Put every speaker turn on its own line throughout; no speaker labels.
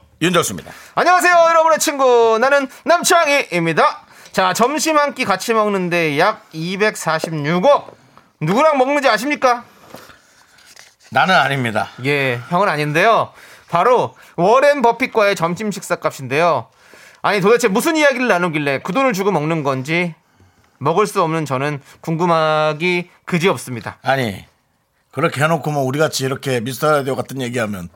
윤정수입니다.
안녕하세요, 여러분의 친구. 나는 남창희입니다. 자, 점심 한 끼 같이 먹는데 약 246억. 누구랑 먹는지 아십니까?
나는 아닙니다.
예, 형은 아닌데요. 바로 워렌 버핏과의 점심 식사 값인데요. 아니, 도대체 무슨 이야기를 나누길래 그 돈을 주고 먹는 건지 먹을 수 없는 저는 궁금하기 그지 없습니다.
아니 그렇게 해놓고 뭐 우리 같이 이렇게 미스터 라디오 같은 얘기하면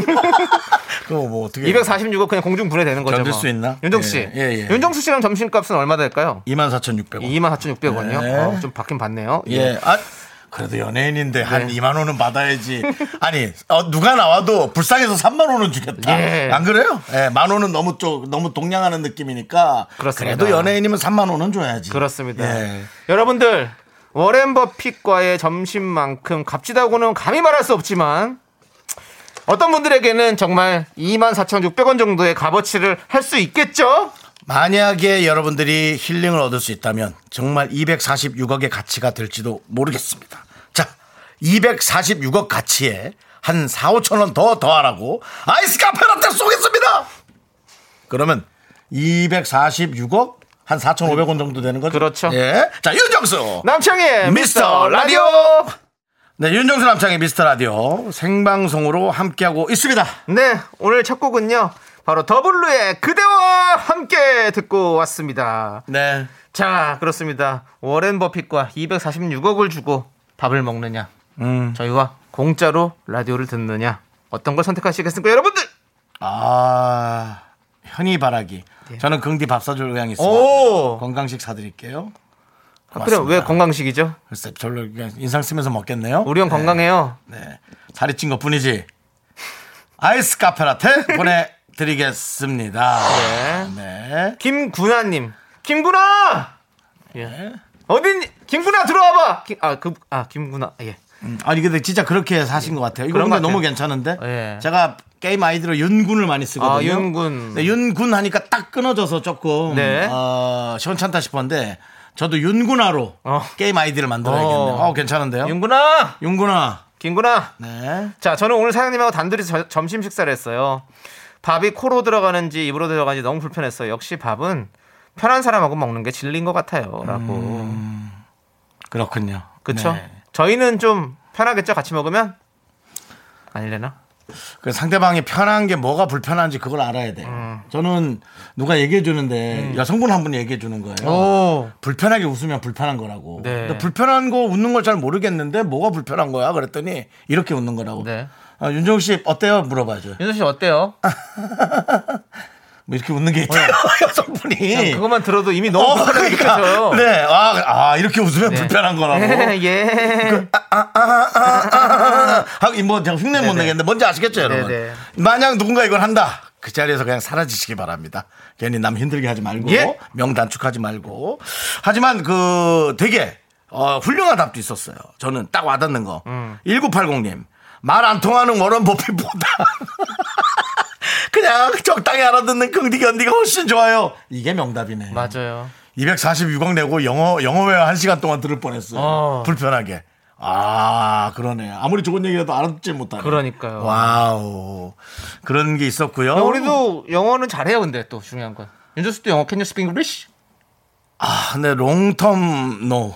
그거 뭐 어떻게
246억 그냥 공중 분해되는 거죠.
견딜
뭐.
수 있나?
윤정 씨.
예, 예, 예.
윤정수 씨랑 점심값은 얼마 될까요?
24,600원.
24,600원이요?
네.
어, 좀 받긴 받네요.
예. 아 그래도 연예인인데 한 2만 원은 받아야지. 아니 어, 누가 나와도 불쌍해서 3만 원은 주겠다.
예.
안 그래요? 예, 만 원은 너무 쪽 너무 동냥하는 느낌이니까.
그렇습니다.
래도 연예인이면 3만 원은 줘야지.
그렇습니다.
예.
여러분들 워렌 버핏과의 점심만큼 값지다고는 감히 말할 수 없지만 어떤 분들에게는 정말 24,600원 정도의 값어치를 할 수 있겠죠?
만약에 여러분들이 힐링을 얻을 수 있다면 정말 246억의 가치가 될지도 모르겠습니다. 자, 246억 가치에 한 4, 5천 원 더 더하라고 아이스 카페라떼 쏘겠습니다. 그러면 246억 한 4,500원 정도 되는 거죠?
그렇죠.
예. 자, 윤정수. 미스터
남창희의 미스터
라디오.
라디오.
네, 윤정수 남창의 미스터 라디오 생방송으로 함께하고 있습니다.
네, 오늘 첫 곡은요. 바로 더블루의 그대와 함께 듣고 왔습니다.
네.
자, 그렇습니다. 워렌 버핏과 246억을 주고 밥을 먹느냐,
음.
저희와 공짜로 라디오를 듣느냐, 어떤 걸 선택하시겠습니까, 여러분들?
아 현이 바라기.
네.
저는 긍디 밥 사줄 의향이 있습니다.
오! 아,
건강식 사드릴게요.
어. 그럼 왜
고맙습니다.
건강식이죠?
글쎄 별로 그냥 인상 쓰면서 먹겠네요.
우리 형 건강해요.
네 살이 찐 것뿐이지. 아이스 카페라테 보내드리겠습니다.
네.
네.
김구나님, 김구나, 예.
네.
어딘? 김구나 들어와봐. 김- 아, 그, 아, 김구나, 예.
음, 아니 근데 진짜 그렇게 사신 것 같아요. 이거
그런
근데
것 같아요.
너무 괜찮은데.
예.
제가 게임 아이디로 윤군을 많이 쓰거든요.
아, 윤군.
네, 윤군 하니까 딱 끊어져서 조금
네.
어, 시원찮다 싶었는데 저도 윤군화로
어.
게임 아이디를 만들어야겠네요.
어.
어, 괜찮은데요?
윤구나,
윤군화.
김구나.
네.
자, 저는 오늘 사장님하고 단둘이서 저- 점심 식사를 했어요. 밥이 코로 들어가는지 입으로 들어가는지 너무 불편했어요. 역시 밥은 편한 사람하고 먹는 게 진리인 것 같아요.라고. 음,
그렇군요.
그쵸?
네.
저희는 좀 편하겠죠? 같이 먹으면? 아니려나?
그 상대방이 편한 게 뭐가 불편한지 그걸 알아야 돼요.
음.
저는 누가 얘기해 주는데 여성분 한 분이 얘기해 주는 거예요.
오.
불편하게 웃으면 불편한 거라고.
네.
근데 불편한 거 웃는 걸 잘 모르겠는데 뭐가 불편한 거야? 그랬더니 이렇게 웃는 거라고.
네.
아, 윤종 씨 어때요? 물어봐줘요.
윤수 씨 어때요?
뭐 이렇게 웃는 게 있대요. 여성분이.
어, 그것만 네. 들어도 이미
어,
너무 불편하게
그러니까.
느껴져요.
네. 아, 아, 이렇게
네.
웃으면 불편한 거라고.
예.
하고 뭐 제가 흉내 못 내겠는데 뭔지 아시겠죠 여러분
네네.
만약 누군가 이걸 한다 그 자리에서 그냥 사라지시기 바랍니다 괜히 남 힘들게 하지 말고
예.
명단축하지 말고 하지만 그 되게 어, 훌륭한 답도 있었어요 저는 딱 와닿는 거 1980님 말 안 통하는 워런 버핏보다 그냥 적당히 알아듣는 긍디 견디가 훨씬 좋아요 이게 명답이네
맞아요.
246억 내고 영어 영어 외화 한 시간 동안 들을 뻔했어요.
어.
불편하게. 아 그러네. 아무리 좋은 얘기라도 알아듣지 못하네.
그러니까요.
와우. 그런 게 있었고요.
어, 우리도 영어는 잘해요, 근데 또 중요한 건. 윤수 씨도 영어 can you speak English?
아, 근데 롱텀 노.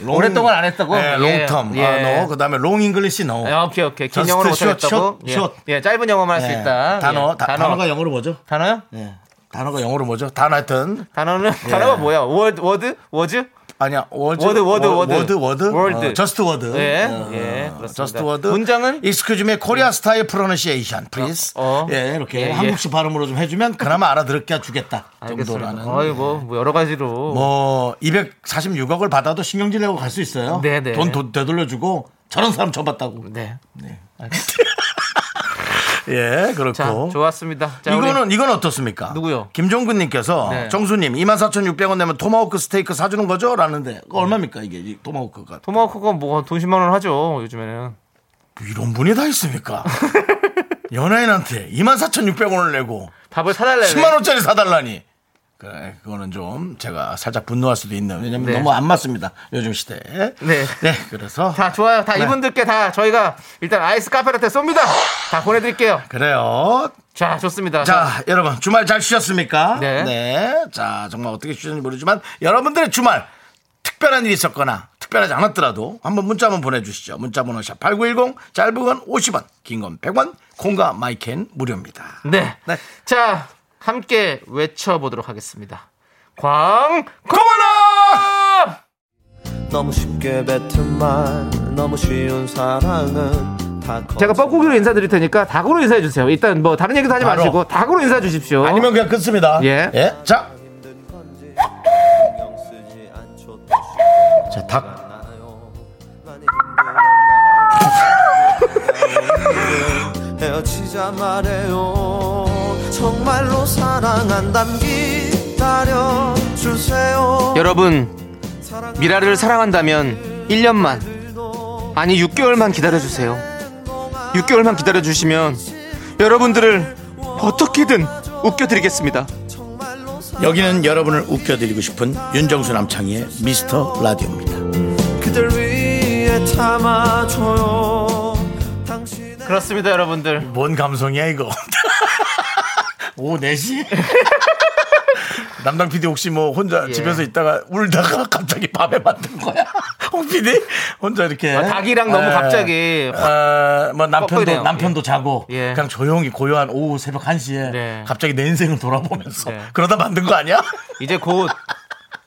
롱-
오랫동안 안 했다고?
네,
예.
롱텀
예.
아, 노. 그다음에 롱 잉글리시 노.
아, 오케이 오케이. 긴
저스트
영어로
숏,
못하겠다고.
숏,
예.
숏.
예, 짧은 영어만 할 수
예.
있다.
단어,
예.
다,
단어.
단어. 가 영어로 뭐죠?
단어요?
예. 단어가 영어로 뭐죠? 단어 하여튼
단어는 단어가 뭐야? 워드 워드 워즈?
아니야 워즈
워드, 워드, 워드.
워드 워드
월드.
어, 저스트 워드
예,
어,
예, 그렇습니다.
저스트 워드
문장은?
Excuse me 코리아 스타일 프로너시에이션 please
어, 어.
예 이렇게
예, 예.
한국식 발음으로 좀 해주면 그나마 알아들을게 주겠다
알겠습니다.
정도라는
어이고 뭐 여러 가지로.
뭐 246억을 받아도 신경질 내고 갈 수 있어요
네, 네.
돈 도- 되돌려주고 저런 사람 쳐봤다고
네.
네. 예, 그렇고.
자, 좋았습니다. 자, 우리-
이거는 이건 어떻습니까?
누구요?
김종근님께서
네.
정수님 24,600원 내면 토마호크 스테이크 사주는 거죠? 라는데
네.
그거 얼마입니까 이게 이 토마호크가?
토마호크가 뭐돈 10만 원 하죠 요즘에는.
뭐 이런 분이 다 있습니까? 연예인한테 24,600원을 내고
밥을 사달래.
10만 원짜리 사달라니. 그래, 그거는 좀 제가 살짝 분노할 수도 있는. 왜냐면
네.
너무 안 맞습니다. 요즘 시대에.
네.
그래서
다 좋아요. 다
네.
이분들께 다 저희가 일단 아이스 카페라테 쏩니다. 다 보내드릴게요.
그래요.
자 좋습니다.
자, 여러분 주말 잘 쉬셨습니까?
네.
자, 정말 어떻게 쉬셨는지 모르지만 여러분들의 주말 특별한 일이 있었거나 특별하지 않았더라도 한번 문자 한번 보내주시죠. 문자번호 샵 #8910 짧은 건 50원, 긴 건 100원, 콩과 마이캔 무료입니다.
네.
네.
자 함께 외쳐보도록 하겠습니다. 광.
고마워!
너무 쉽게 뱉은 말 너무 쉬운 사랑은 다
제가 뻐꾸기로 인사드릴 테니까 닭으로 인사해 주세요. 일단 뭐 다른 얘기도 하지
바로.
마시고 닭으로 인사해 주십시오.
아니면 그냥 끊습니다.
예.
자. 자, 닭.
헤어지자 말해요 정말로 사랑한담 기다려주세요
그
여러분 미라를 사랑한다면 1년만 아니 6개월만 기다려 주세요. 6개월만 기다려 주시면 여러분들을 어떻게든 웃겨드리겠습니다.
여기는 여러분을 웃겨드리고 싶은 윤정수 남창희의 미스터 라디오입니다.
그들 위해 참아줘요 당신의
그렇습니다, 여러분들.
뭔 감성이야 이거? 오후 4시? 남당 PD 혹시 뭐 혼자
예.
집에서 있다가 울다가 갑자기 밤에 만든 거야? 홍 PD? 혼자 이렇게
아, 닭이랑 너무 갑자기
어, 뭐 남편도
꺾이네요.
남편도 자고
예.
그냥 조용히 고요한 오후 새벽 1시에
네.
갑자기 내 인생을 돌아보면서
네.
그러다 만든 거 아니야?
이제 곧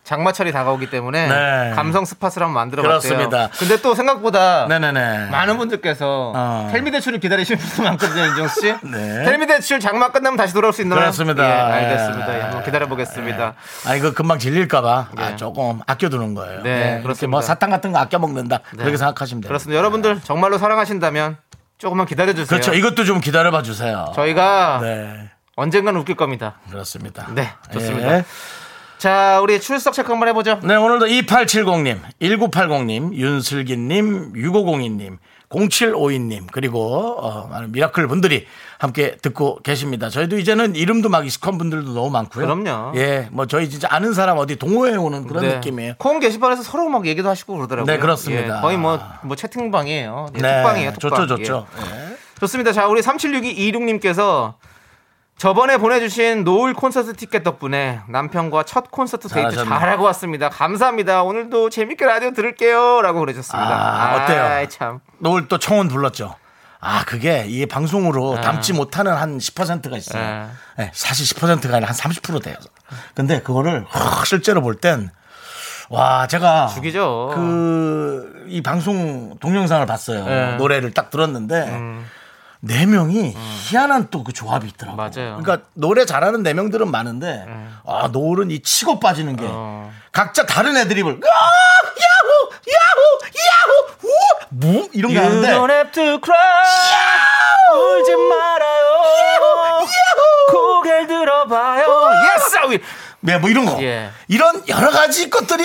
장마철이 다가오기 때문에
네.
감성 스팟을 한번 만들어
그렇습니다.
봤어요. 근데 또 생각보다
네네네.
많은 분들께서
어.
텔미 대출을 기다리시는 분도 많거든요, 인정수 씨.
네.
텔미 대출 장마 끝나면 다시 돌아올 수 있나요?
그렇습니다.
예, 알겠습니다.
예.
예, 한번 기다려 보겠습니다.
아 이거 금방 질릴까봐
예.
아, 조금 아껴두는 거예요.
네,
이렇게
그렇습니다. 네.
뭐 사탕 같은 거 아껴 먹는다 그렇게 생각하시면 돼요.
그렇습니다. 여러분들 정말로 사랑하신다면 조금만 기다려 주세요.
그렇죠. 이것도 좀 기다려봐 주세요.
저희가
네,
언젠간 웃길 겁니다.
그렇습니다.
네, 좋습니다.
예.
자, 우리 출석 체크 한번 해보죠.
네, 오늘도 2870님, 1980님, 윤슬기님, 6502님, 0752님, 그리고 어, 많은 미라클 분들이 함께 듣고 계십니다. 저희도 이제는 이름도 막 익숙한 분들도 너무 많고요.
그럼요.
예, 뭐 저희 진짜 아는 사람 어디 동호회 오는 그런
네.
느낌이에요.
콩 게시판에서 서로 막 얘기도 하시고 그러더라고요.
네, 그렇습니다. 네,
예, 거의 뭐, 뭐 채팅방이에요. 예, 톡방이에요. 톡방.
좋죠, 좋죠. 네.
예. 좋습니다. 자, 우리 376226님께서 저번에 보내주신 노을 콘서트 티켓 덕분에 남편과 첫 콘서트 데이트
잘하셨네.
잘하고 왔습니다. 감사합니다. 오늘도 재밌게 라디오 들을게요. 라고 그러셨습니다.
아, 어때요?
아이, 참.
노을 또 청혼 불렀죠. 아, 그게 이 방송으로
아.
담지 못하는 한 10%가 있어요. 네, 사실 10%가 아니라 한 30% 돼요. 근데 그거를 확 실제로 볼 땐, 와, 제가.
죽이죠.
그, 이 방송 동영상을 봤어요.
네.
노래를 딱 들었는데,
음.
네 명이 희한한 또 그 조합이 있더라고요.
맞아요. 예.
그러니까 노래 잘하는 네 명들은 많은데, 아, 노을은 이 치고 빠지는 게,
어.
각자 다른 애드립을, 아! 야호! 야호! 야호! 우! 무? 이런 게
예. You
하는데,
don't have to cry. 울지 말아요. 고개를 들어봐요. Yes, I will.
네, 뭐 이런 거.
예.
이런 여러 가지 것들이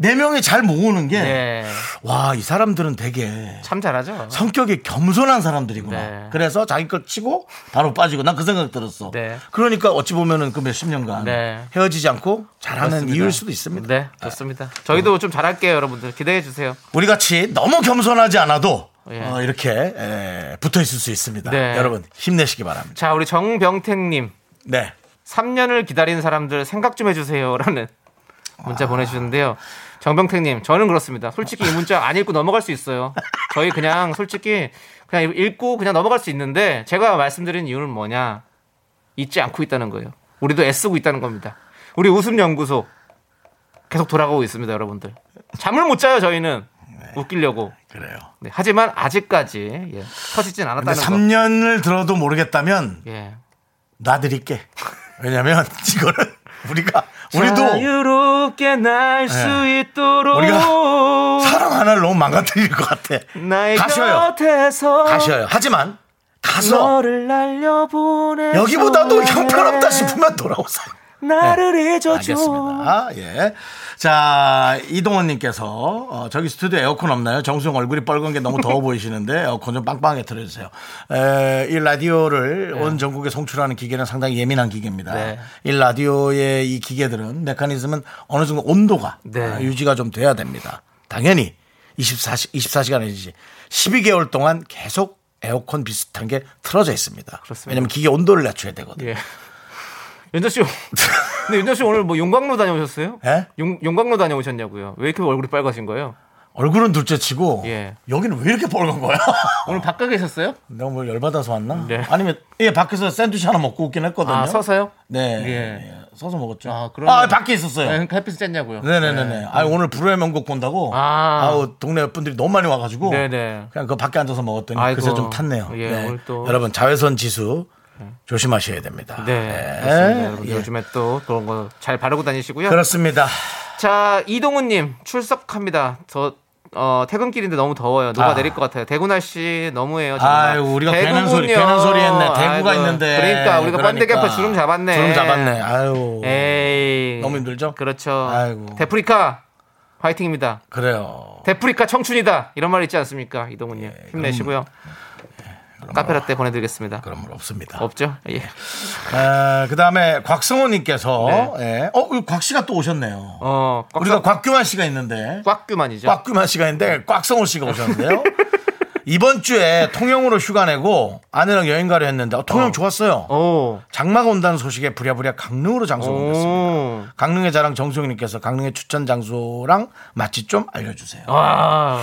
네 명이 잘 모으는 게,
예.
와, 이 사람들은 되게
참 잘하죠.
성격이 겸손한 사람들이구나.
네.
그래서 자기 걸 치고 바로 빠지고 난 그 생각 들었어.
네.
그러니까 어찌 보면은 그 몇십 년간
네.
헤어지지 않고 잘하는
그렇습니다.
이유일 수도 있습니다.
네, 좋습니다. 저희도 좀 잘할게요, 여러분들. 기대해 주세요.
우리 같이 너무 겸손하지 않아도
예.
어, 이렇게 에, 붙어 있을 수 있습니다.
네.
여러분 힘내시기 바랍니다.
자, 우리 정병택님.
네.
3년을 기다린 사람들 생각 좀 해주세요라는 문자
아.
보내주셨는데요. 정병택님, 저는 그렇습니다. 솔직히 이 문자 안 읽고 넘어갈 수 있어요. 저희 그냥 솔직히 그냥 읽고 그냥 넘어갈 수 있는데 제가 말씀드린 이유는 뭐냐. 잊지 않고 있다는 거예요. 우리도 애쓰고 있다는 겁니다. 우리 웃음연구소 계속 돌아가고 있습니다, 여러분들. 잠을 못 자요, 저희는.
네.
웃기려고.
그래요.
네, 하지만 아직까지 예, 터지진
근데
않았다는 거.
3년을 들어도 모르겠다면
예.
놔드릴게. 왜냐면 이거는 우리가 우리도 예.
자유롭게 날 수 있도록
사람 하나를 너무 망가뜨릴 것 같아.
나의
가셔요.
곁에서
가셔요. 하지만 가서
너를 날려보내
여기보다도 형편없다 싶으면 돌아오세요.
네.
네.
나를 잊어줘
알겠습니다. 예. 자, 이동원님께서, 어, 저기 스튜디오 에어컨 없나요? 정수영 얼굴이 빨간 게 너무 더워 보이시는데, 에어컨 좀 빵빵하게 틀어주세요. 에, 이 라디오를 온 전국에 송출하는 기계는 상당히 예민한 기계입니다.
네.
이 라디오의 이 기계들은 메커니즘은 어느 정도 온도가
네.
어, 유지가 좀 돼야 됩니다. 당연히 24시, 24시간 이지 12개월 동안 계속 에어컨 비슷한 게 틀어져 있습니다.
그렇습니다.
왜냐면 기계 온도를 낮춰야 되거든요.
예. 윤정 씨, 근데 윤정 씨 오늘 뭐 용광로 다녀오셨어요?
예?
용, 용광로 다녀오셨냐고요? 왜 이렇게 얼굴이 빨가신 거예요?
얼굴은 둘째치고
예.
여기는 왜 이렇게 빨간 거야?
오늘 바깥 계셨어요?
내가 뭘 열받아서 왔나?
네.
아니면 예 밖에서 샌드위치 하나 먹고 오긴 했거든요.
아 서서요?
네,
예.
예, 서서 먹었죠.
아,
아,
그러면-
밖에
네,
있었어요.
그러니까 햇빛을 쬐냐고요?
네, 네, 네, 네. 아 오늘 불후의 명곡 본다고.
아.
아. 우 동네 분들이 너무 많이 와가지고.
네, 네.
그냥 그 밖에 앉아서 먹었더니
아이고.
그새 좀 탔네요.
예,
네.
오늘 또-
여러분 자외선 지수 조심하셔야 됩니다.
네,
예. 그렇죠.
그렇습니다. 여러분들
예.
요즘에 또 그런 거 잘 바르고 다니시고요.
그렇습니다.
자, 이동훈님 출석합니다. 저 어, 퇴근길인데 너무 더워요. 누가
아.
내릴 것 같아요. 대구 날씨 너무해요. 정말.
아유, 우리가 되는
대구군요.
소리, 되는 소리 했네. 대구가
아이고,
있는데.
그러니까 우리가 번데기 앞에 주름 잡았네. 예.
주름 잡았네. 아유.
에이.
너무 힘들죠?
그렇죠.
아이고.
데프리카 화이팅입니다.
그래요.
데프리카 청춘이다 이런 말 있지 않습니까, 이동훈님 힘내시고요. 카페라떼 보내드리겠습니다.
예, 그런 말 없습니다.
없죠? 예.
그 다음에 곽성호님께서 예. 어, 우리 곽 씨가 또 오셨네요.
네. 어, 꽉
우리가 곽규만 씨가 있는데
꽉규만이죠.
곽규만 씨가 있는데 곽성호 씨가 오셨는데요. 이번 주에 통영으로 휴가 내고 아내랑 여행 가려 했는데 어, 통영 좋았어요.
오.
장마가 온다는 소식에 부랴부랴 강릉으로 장소
어.
옮겼습니다.
오.
강릉의 자랑 정수영님께서 강릉의 추천 장소랑 맛집 좀 알려주세요.
와.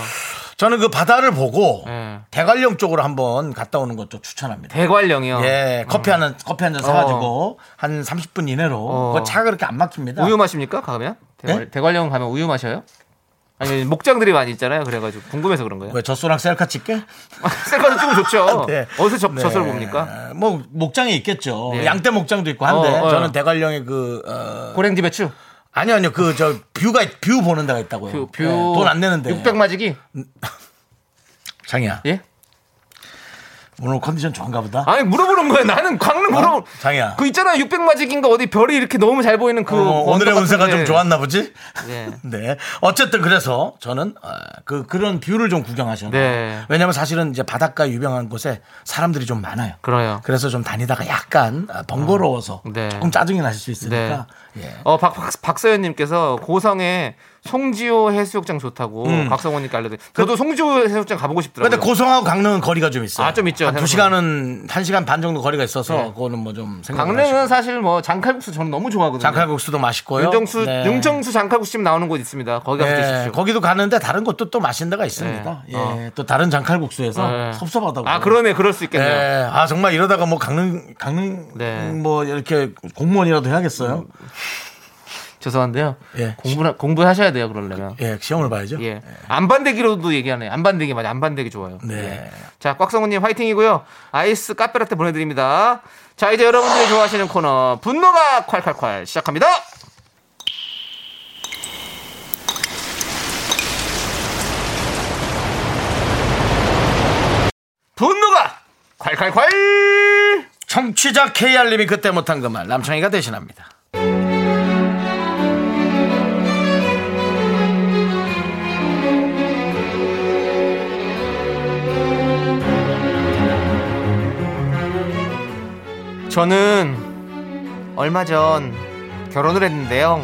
저는 그 바다를 보고
예.
대관령 쪽으로 한번 갔다 오는 것도 추천합니다.
대관령이요.
예, 커피 한 잔, 커피 한 잔 사가지고 한 30분 이내로
어.
그거 차가 그렇게 안 막힙니다.
우유 마십니까? 가면? 대관,
네?
대관령 가면 우유 마셔요? 아니 목장들이 많이 있잖아요. 그래가지고 궁금해서 그런 거예요.
왜 젖소랑 셀카 찍게?
셀카도 찍으면 좋죠.
네.
어디서 저,
네.
저서를 봅니까?
뭐 목장이 있겠죠.
네.
양떼 목장도 있고 한데
어, 어.
저는 대관령의 그 어,
고랭지 배추.
아니요 아니요 그 저 뷰가 뷰 보는 데가 있다고요.
뷰, 뷰.
예, 돈안 내는데.
600 마지기.
장이야
예?
오늘 컨디션 좋은가 보다.
아니 물어보는 거예요. 나는 광릉 물어.
장이야.
그 있잖아요. 600 마지기인가 어디 별이 이렇게 너무 잘 보이는 그.
어, 오늘의
언덕
운세가
같은데.
좀 좋았나 보지?
네.
네. 어쨌든 그래서 저는 어, 그 그런 뷰를 좀 구경하셔.
네.
왜냐면 사실은 이제 바닷가 유명한 곳에 사람들이 좀 많아요.
그래요.
그래서 좀 다니다가 약간 아, 번거로워서
그렇죠. 네.
조금 짜증이 나실 수 있으니까. 예.
어, 박, 박, 박서연님께서 고성에 송지호 해수욕장 좋다고 박성호님께 알려드려. 저도 송지호 해수욕장 가보고 싶더라고요.
음. 근데 고성하고 강릉은 거리가 좀 있어요.
아, 좀 있죠.
한두
생각보다.
시간은 한 시간 반 정도 거리가 있어서
네.
그거는 뭐 좀 생각.
강릉은 사실 뭐 장칼국수 저는 너무 좋아하거든요.
장칼국수도 맛있고요.
윤정수
네.
윤정수 장칼국수집 나오는 곳 있습니다. 거기 가서
네,
드십시오.
거기도 가는데 다른 곳도 또 맛있는 데가 있습니다.
네.
예,
어.
또 다른 장칼국수에서
네.
섭섭하다고.
아 그러네 그럴 수 있겠네요.
예, 아 정말 이러다가 뭐 강릉 강릉
네. 음.
뭐 이렇게 공무원이라도 해야겠어요.
죄송한데요.
예.
공부 공부하셔야 돼요 그러려면.
예, 시험을 봐야죠.
예. 안반대기로도 얘기하네. 안반대기 맞아. 안반대기 좋아요.
네.
예. 자 꽉성우님 화이팅이고요. 아이스 카페라떼 보내드립니다. 자 이제 여러분들이 좋아하시는 코너 분노가 콸콸콸 시작합니다. 분노가 콸콸콸
청취자 KR님이 그때 못한 그 말 남창희가 대신합니다.
저는 얼마 전 결혼을 했는데요.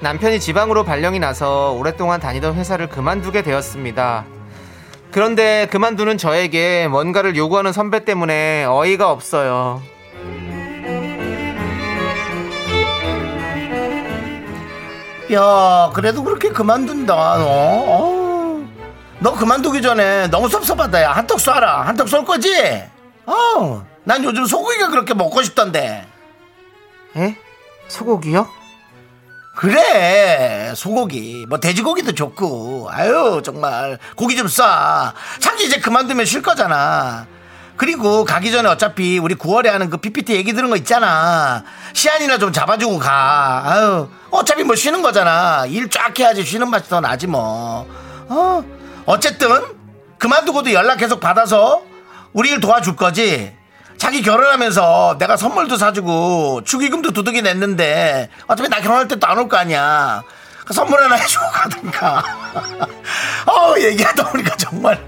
남편이 지방으로 발령이 나서 오랫동안 다니던 회사를 그만두게 되었습니다. 그런데 그만두는 저에게 뭔가를 요구하는 선배 때문에 어이가 없어요.
야, 그래도 그렇게 그만둔다, 너. 어우, 너 그만두기 전에 너무 섭섭하다, 야. 한턱 쏴라. 한턱 쏠 거지? 어, 난 요즘 소고기가 그렇게 먹고 싶던데. 예?
에? 소고기요?
그래, 소고기. 뭐, 돼지고기도 좋고. 아유, 정말. 고기 좀 싸. 자기 이제 그만두면 쉴 거잖아. 그리고 가기 전에 어차피 우리 9월에 하는 그 PPT 얘기 들은 거 있잖아. 시안이나 좀 잡아주고 가. 아유, 어차피 뭐 쉬는 거잖아. 일 쫙 해야지 쉬는 맛이 더 나지 뭐. 어, 어쨌든, 그만두고도 연락 계속 받아서 우리를 도와줄 거지. 자기 결혼하면서 내가 선물도 사주고 축의금도 두둑이 냈는데 어차피 나 결혼할 때도 안 올 거 아니야. 그 선물 하나 해주고 가든가. 어우 얘기하다 보니까 정말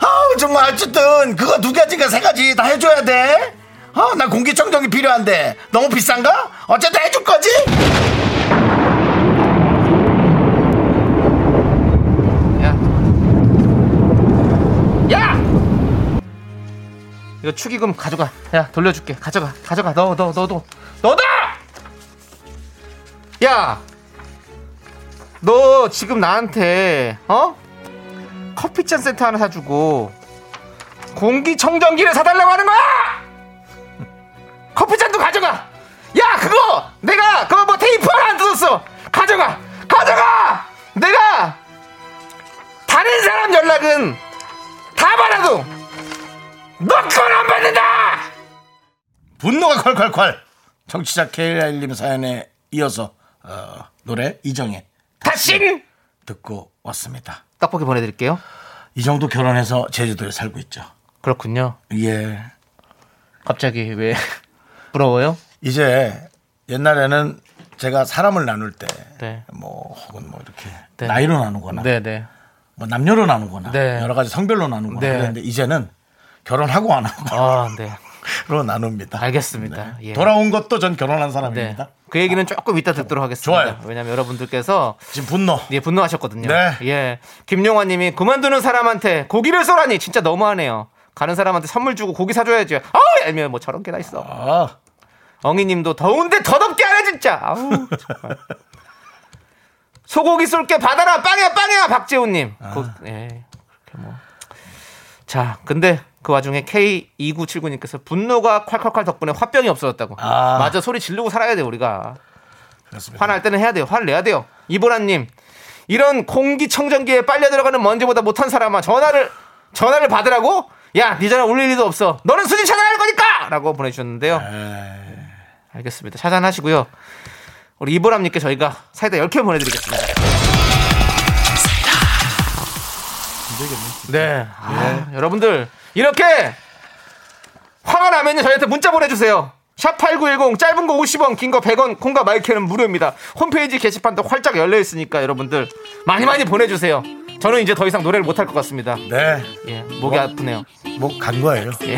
아우 정말 어쨌든 그거 두 가지인가 세 가지 다 해줘야 돼. 어, 아나 공기청정기 필요한데 너무 비싼가? 어쨌든 해줄 거지.
야. 야! 이거 축의금 가져가. 야, 돌려줄게. 가져가. 가져가. 너, 너, 너도. 너다! 야! 너 지금 나한테, 어? 커피잔 세트 하나 사주고, 공기청정기를 사달라고 하는 거야! 커피잔도 가져가! 야, 그거! 내가, 그거 뭐 테이프 하나 안 뜯었어! 가져가! 가져가! 내가 다른 사람 연락은 다 받아도 너 건 안 받는다!
분노가 콸콸콸. 정치자 KL님 사연에 이어서 어, 노래 이정의
다신
듣고 왔습니다.
떡볶이 보내드릴게요.
이 정도 결혼해서 제주도에 살고 있죠.
그렇군요.
예.
갑자기 왜 부러워요?
이제 옛날에는 제가 사람을 나눌 때,
네.
뭐 혹은 뭐 이렇게
네.
나이로 나누거나,
네네.
뭐 남녀로 나누거나,
네.
여러 가지 성별로 나누거나,
네.
그런데 이제는 결혼하고 안 하고로
아, 네.
나눕니다.
알겠습니다. 예.
돌아온 것도 전 결혼한
네.
사람입니다.
그 얘기는 조금 이따 듣도록 하겠습니다.
좋아요.
왜냐면 여러분들께서
지금 분노.
예, 분노하셨거든요.
네.
예. 김용화 님이 그만두는 사람한테 고기를 쏘라니 진짜 너무하네요. 가는 사람한테 선물 주고 고기 사줘야죠. 아우, 애매해. 뭐 저런 게 다 있어.
아,
엉이님도 더운데 더 덥게 하네 진짜. 아우 정말. 소고기 쏠게 받아라 빵이야 빵이야 박재훈님. 그, 예 그렇게 뭐. 자 근데 그 와중에 K 2979님께서 분노가 콸콸콸 덕분에 화병이 없어졌다고.
아.
맞아 소리 지르고 살아야 돼 우리가.
그렇습니다.
화날 때는 해야 돼요. 화를 내야 돼요. 이보라님 이런 공기청정기에 빨려 들어가는 먼지보다 못한 사람아 전화를 전화를 받으라고? 야, 네 전화 울릴 리도 없어. 너는 수진 찾아야 할 거니까!라고 보내주셨는데요. 알겠습니다. 차단하시고요. 우리 이보람님께 저희가 사이다 10개 보내드리겠습니다. 네. 아, 여러분들, 이렇게 화가 나면 저희한테 문자 보내주세요. 샵8910 짧은 거 50원, 긴 거 100원, 콩과 마이크는 무료입니다. 홈페이지 게시판도 활짝 열려 있으니까 여러분들 많이 많이 보내주세요. 저는 이제 더 이상 노래를 못할 것 같습니다.
네,
예, 목이 아프네요.
뭐 간 거예요.
예.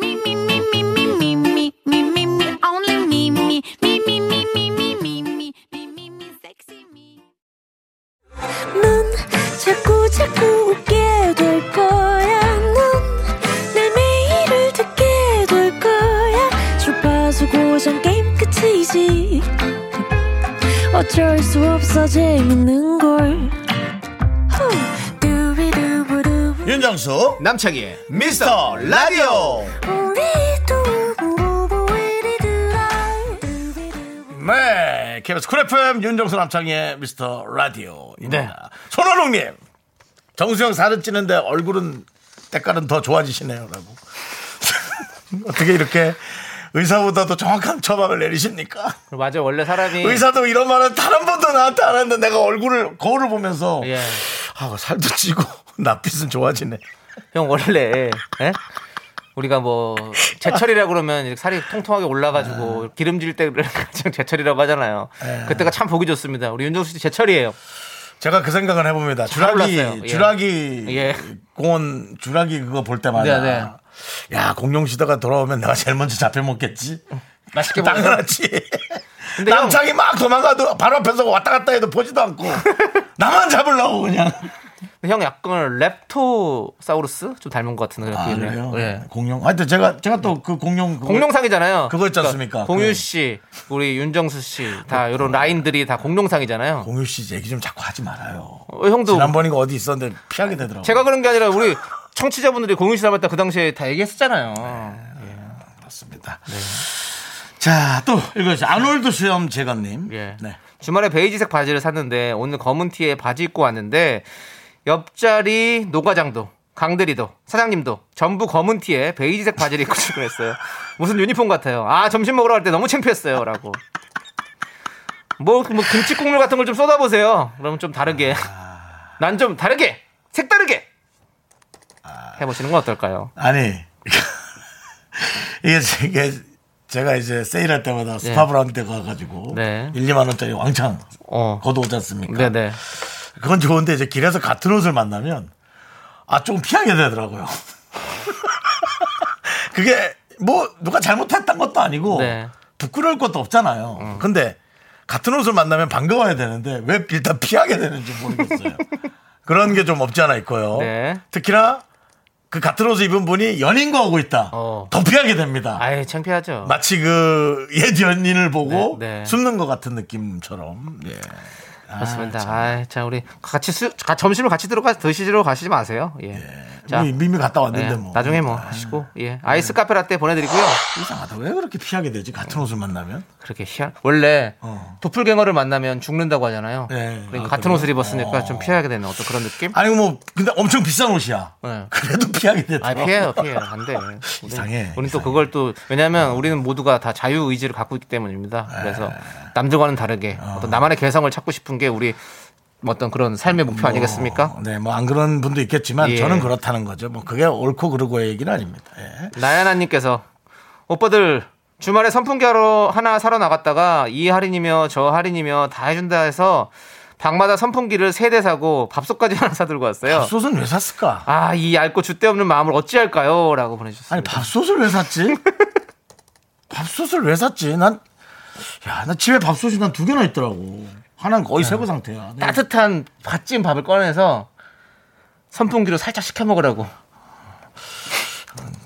Me, me, me, me, me, me, me, me, me, me, only me, me, me, me, me, me, me, me, me, me, me, me, sexy me.
넌 자꾸 자꾸 웃게 될 거야. 넌내 매일을 듣게 될 거야. 주파수 고정 게임 끝이지. 어쩔 수 없어 재밌는 걸. 후. 두비두부두.
윤정수,
남창희의
미스터 라디오.
우리 두부부부 우리 두라. 두비두부.
네, KBS 쿨 FM 윤정수 남창의 미스터 라디오입니다. 손원웅님, 정수영 살은 찌는데 얼굴은 때깔은 더 좋아지시네요라고. 어떻게 이렇게 의사보다도 정확한 처방을 내리십니까?
맞아, 원래 사람이.
의사도 이런 말은 다른 번도 나한테 안 하는데 내가 얼굴을 거울을 보면서
예.
아 살도 찌고 낯빛은 좋아지네.
형 원래 예? 우리가 뭐 제철이라 그러면 이렇게 살이 통통하게 올라가지고 기름질 때를 가장 제철이라고 아. 하잖아요. 그때가 참 보기 좋습니다. 우리 윤정수 씨 제철이에요.
제가 그 생각을 해봅니다.
올랐어요.
주라기
예.
주라기
예.
공원 주라기 그거 볼 때마다
네,
야 공룡 시대가 돌아오면 내가 제일 먼저 잡혀 먹겠지.
맛있게 먹어요.
당연하지.
근데 형,
남창이 막 도망가도 바로 앞에서 왔다 갔다 해도 보지도 않고 나만 잡으려고 그냥.
형 약간 랩토사우루스 좀 닮은 것 같은 그런
아,
느낌이에요.
그래요?
예.
공룡. 하여튼 제가 제가 또 그 공룡 그거-
공룡상이잖아요. 그러니까
그거 있지 않습니까?
공유
그- 어.
씨, 우리 윤정수 씨 다 이런 라인들이 다 공룡상이잖아요.
공유 씨 얘기 좀 자꾸 하지 말아요.
어, 형도
지난번인가 어디 있었는데 피하게 되더라고요.
제가 그런 게 아니라 우리 청취자분들이 공유 씨 닮았다 그 당시에 다 얘기했었잖아요.
네. 그렇습니다.
네.
자, 또 읽어주세요. 아놀드 수염 재건님.
예.
네.
주말에 베이지색 바지를 샀는데 오늘 검은 티에 바지 입고 왔는데 옆자리 노과장도 강대리도 사장님도 전부 검은 티에 베이지색 바지를 입고 출근했어요. 무슨 유니폼 같아요. 아 점심 먹으러 갈 때 너무 창피했어요라고. 뭐, 뭐 김치 국물 같은 걸 좀 쏟아보세요. 그러면 좀 다르게. 난 좀 다르게 색다르게 해보시는 건 어떨까요?
아니 이게, 제- 이게 제가 이제 세일할 때마다 스파브라운드 가가지고
네.
1, 2만 원짜리 왕창
어.
걷어오지 않습니까?
네네.
그건 좋은데 이제 길에서 같은 옷을 만나면 아 조금 피하게 되더라고요. 그게 뭐 누가 잘못했던 것도 아니고
네. 음.
부끄러울 것도 없잖아요. 근데 같은 옷을 만나면 반가워야 되는데 왜 일단 피하게 되는지 모르겠어요. 그런 게 좀 없지 않아 있고요.
네.
특히나 그 같은 옷을 입은 분이 연인과 하고 있다.
어.
더 피하게 됩니다.
아예 창피하죠.
마치 그옛 연인을 보고
네, 네.
숨는 것 같은 느낌처럼. 예.
그렇습니다. 아, 자 우리 같이 수, 가- 점심을 같이 들어가 드시러 가시지 마세요. 예. 자
뭐 이미 갔다
예,
왔는데 뭐.
나중에 뭐 하시고 예 아이스 카페 라떼 보내드리고요.
이상하다. 왜 그렇게 피하게 되지? 같은 옷을 만나면?
그렇게 희한 원래
어.
도플갱어를 만나면 죽는다고 하잖아요.
네.
그러니까
아,
같은
그래요?
옷을 입었으니까
어.
좀 피하게 되는 어떤 그런 느낌?
아니 뭐 근데 엄청 비싼 옷이야.
네.
그래도 피하게 되더라.
아 피해요 피해요 안 돼.
이상해,
우리는 또
이상해. 어.
그걸 또 왜냐하면 우리는 모두가 다 자유 의지를 갖고 있기 때문입니다.
예.
그래서 남들과는 다르게 어. 떤 나만의 개성을 찾고 싶은 게 우리 어떤 그런 삶의 목표 아니겠습니까?
네, 뭐 안 그런 분도 있겠지만
예.
저는 그렇다는 거죠. 뭐 그게 옳고 그르고의 얘기는 아닙니다. 예.
나야나님께서 오빠들 주말에 선풍기 하러 하나 사러 나갔다가 이 할인이며 저 할인이며 다 해준다 해서 방마다 선풍기를 세 대 사고 밥솥까지 하나 사들고 왔어요.
밥솥은 왜 샀을까?
아 이 얇고 줏대 없는 마음을 어찌할까요? 라고 보내주셨습니다.
아니 밥솥을 왜 샀지? 밥솥을 왜 샀지? 난 야, 나 집에 밥솥이 난 두 개나 있더라고. 하나는
네.
거의 새거 상태야. 내가
따뜻한 갓찐 밥을 꺼내서 선풍기로 살짝 식혀 먹으라고.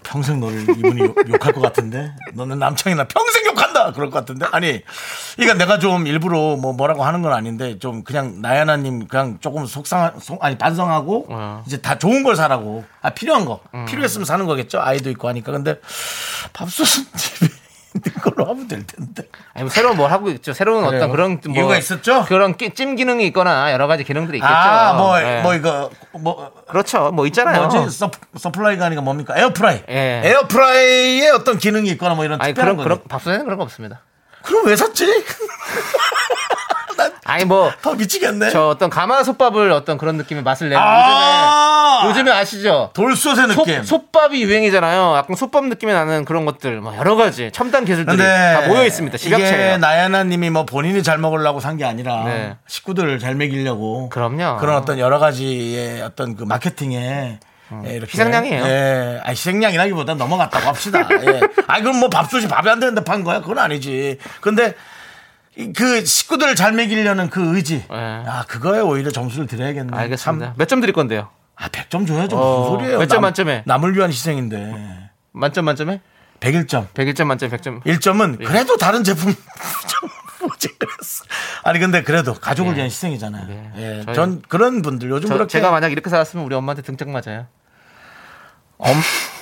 평생 너를 이분이 욕- 욕할 것 같은데 너는 남창이나 평생 욕한다 그럴 것 같은데 아니 그러니까 내가 좀 일부러 뭐 뭐라고 하는 건 아닌데 좀 그냥 나야나님 그냥 조금 속상 속, 아니 반성하고
어. 음.
이제 다 좋은 걸 사라고 아 필요한 거 필요했으면 사는 거겠죠 아이도 있고 하니까 근데 밥솥은 집에 있는 걸로 하면 될 텐데
아니 뭐 새로운 뭘 하고 있죠. 새로운
그래요?
어떤 그런 뭐
이유가 있었죠?
그런 끼- 찜 기능이 있거나 여러 가지 기능들이 있겠죠.
아 뭐 뭐
예.
이거 뭐
그렇죠. 뭐 있잖아요.
뭐지 서, 서플라이가 아니라 뭡니까 에어프라이
예.
에어프라이에 어떤 기능이 있거나 뭐 이런
아니
특별한
그런
거
그런 밥솥에는 그런 거 없습니다.
그럼 왜 샀지?
아니 뭐 저
더 미치겠네.
어떤 가마솥밥을 어떤 그런 느낌의 맛을 내는
아!
요즘에 요즘에 아시죠?
돌솥의 느낌.
솥, 솥밥이 유행이잖아요. 약간 솥밥 느낌이 나는 그런 것들, 뭐 여러 가지 첨단 기술들이
근데
다 모여 있습니다.
이게
집약체예요.
나야나님이 뭐 본인이 잘 먹으려고 산 게 아니라
네.
식구들을 잘 먹이려고
그럼요.
그런 어떤 여러 가지의 어떤 그 마케팅에 예, 이렇게
음. 희생양이에요.
예, 아 희생양이라기보다 넘어갔다고 합시다. 예. 아 그럼 뭐 밥솥이 밥이 안 되는데 판 거야? 그건 아니지. 근데 이- 그 식구들을 잘 먹이려는 그 의지.
네.
아 그거에 오히려 점수를 드려야겠네.
알겠습니다.
참,
몇 점 드릴 건데요?
아 100점 줘야죠.
어,
무슨 소리예요?
몇점
남-
만점에?
남을 위한 희생인데.
만점 만점에
101점.
101점 만점 100점. 예.
1점은 그래도 다른 제품 좀 뭐지 그랬어. 아니 근데 그래도 가족을
예.
위한 희생이잖아요.
네.
예.
저희-
전 그런 분들 요즘
저-
그렇게
제가 만약 이렇게 살았으면 우리 엄마한테 등짝 맞아요.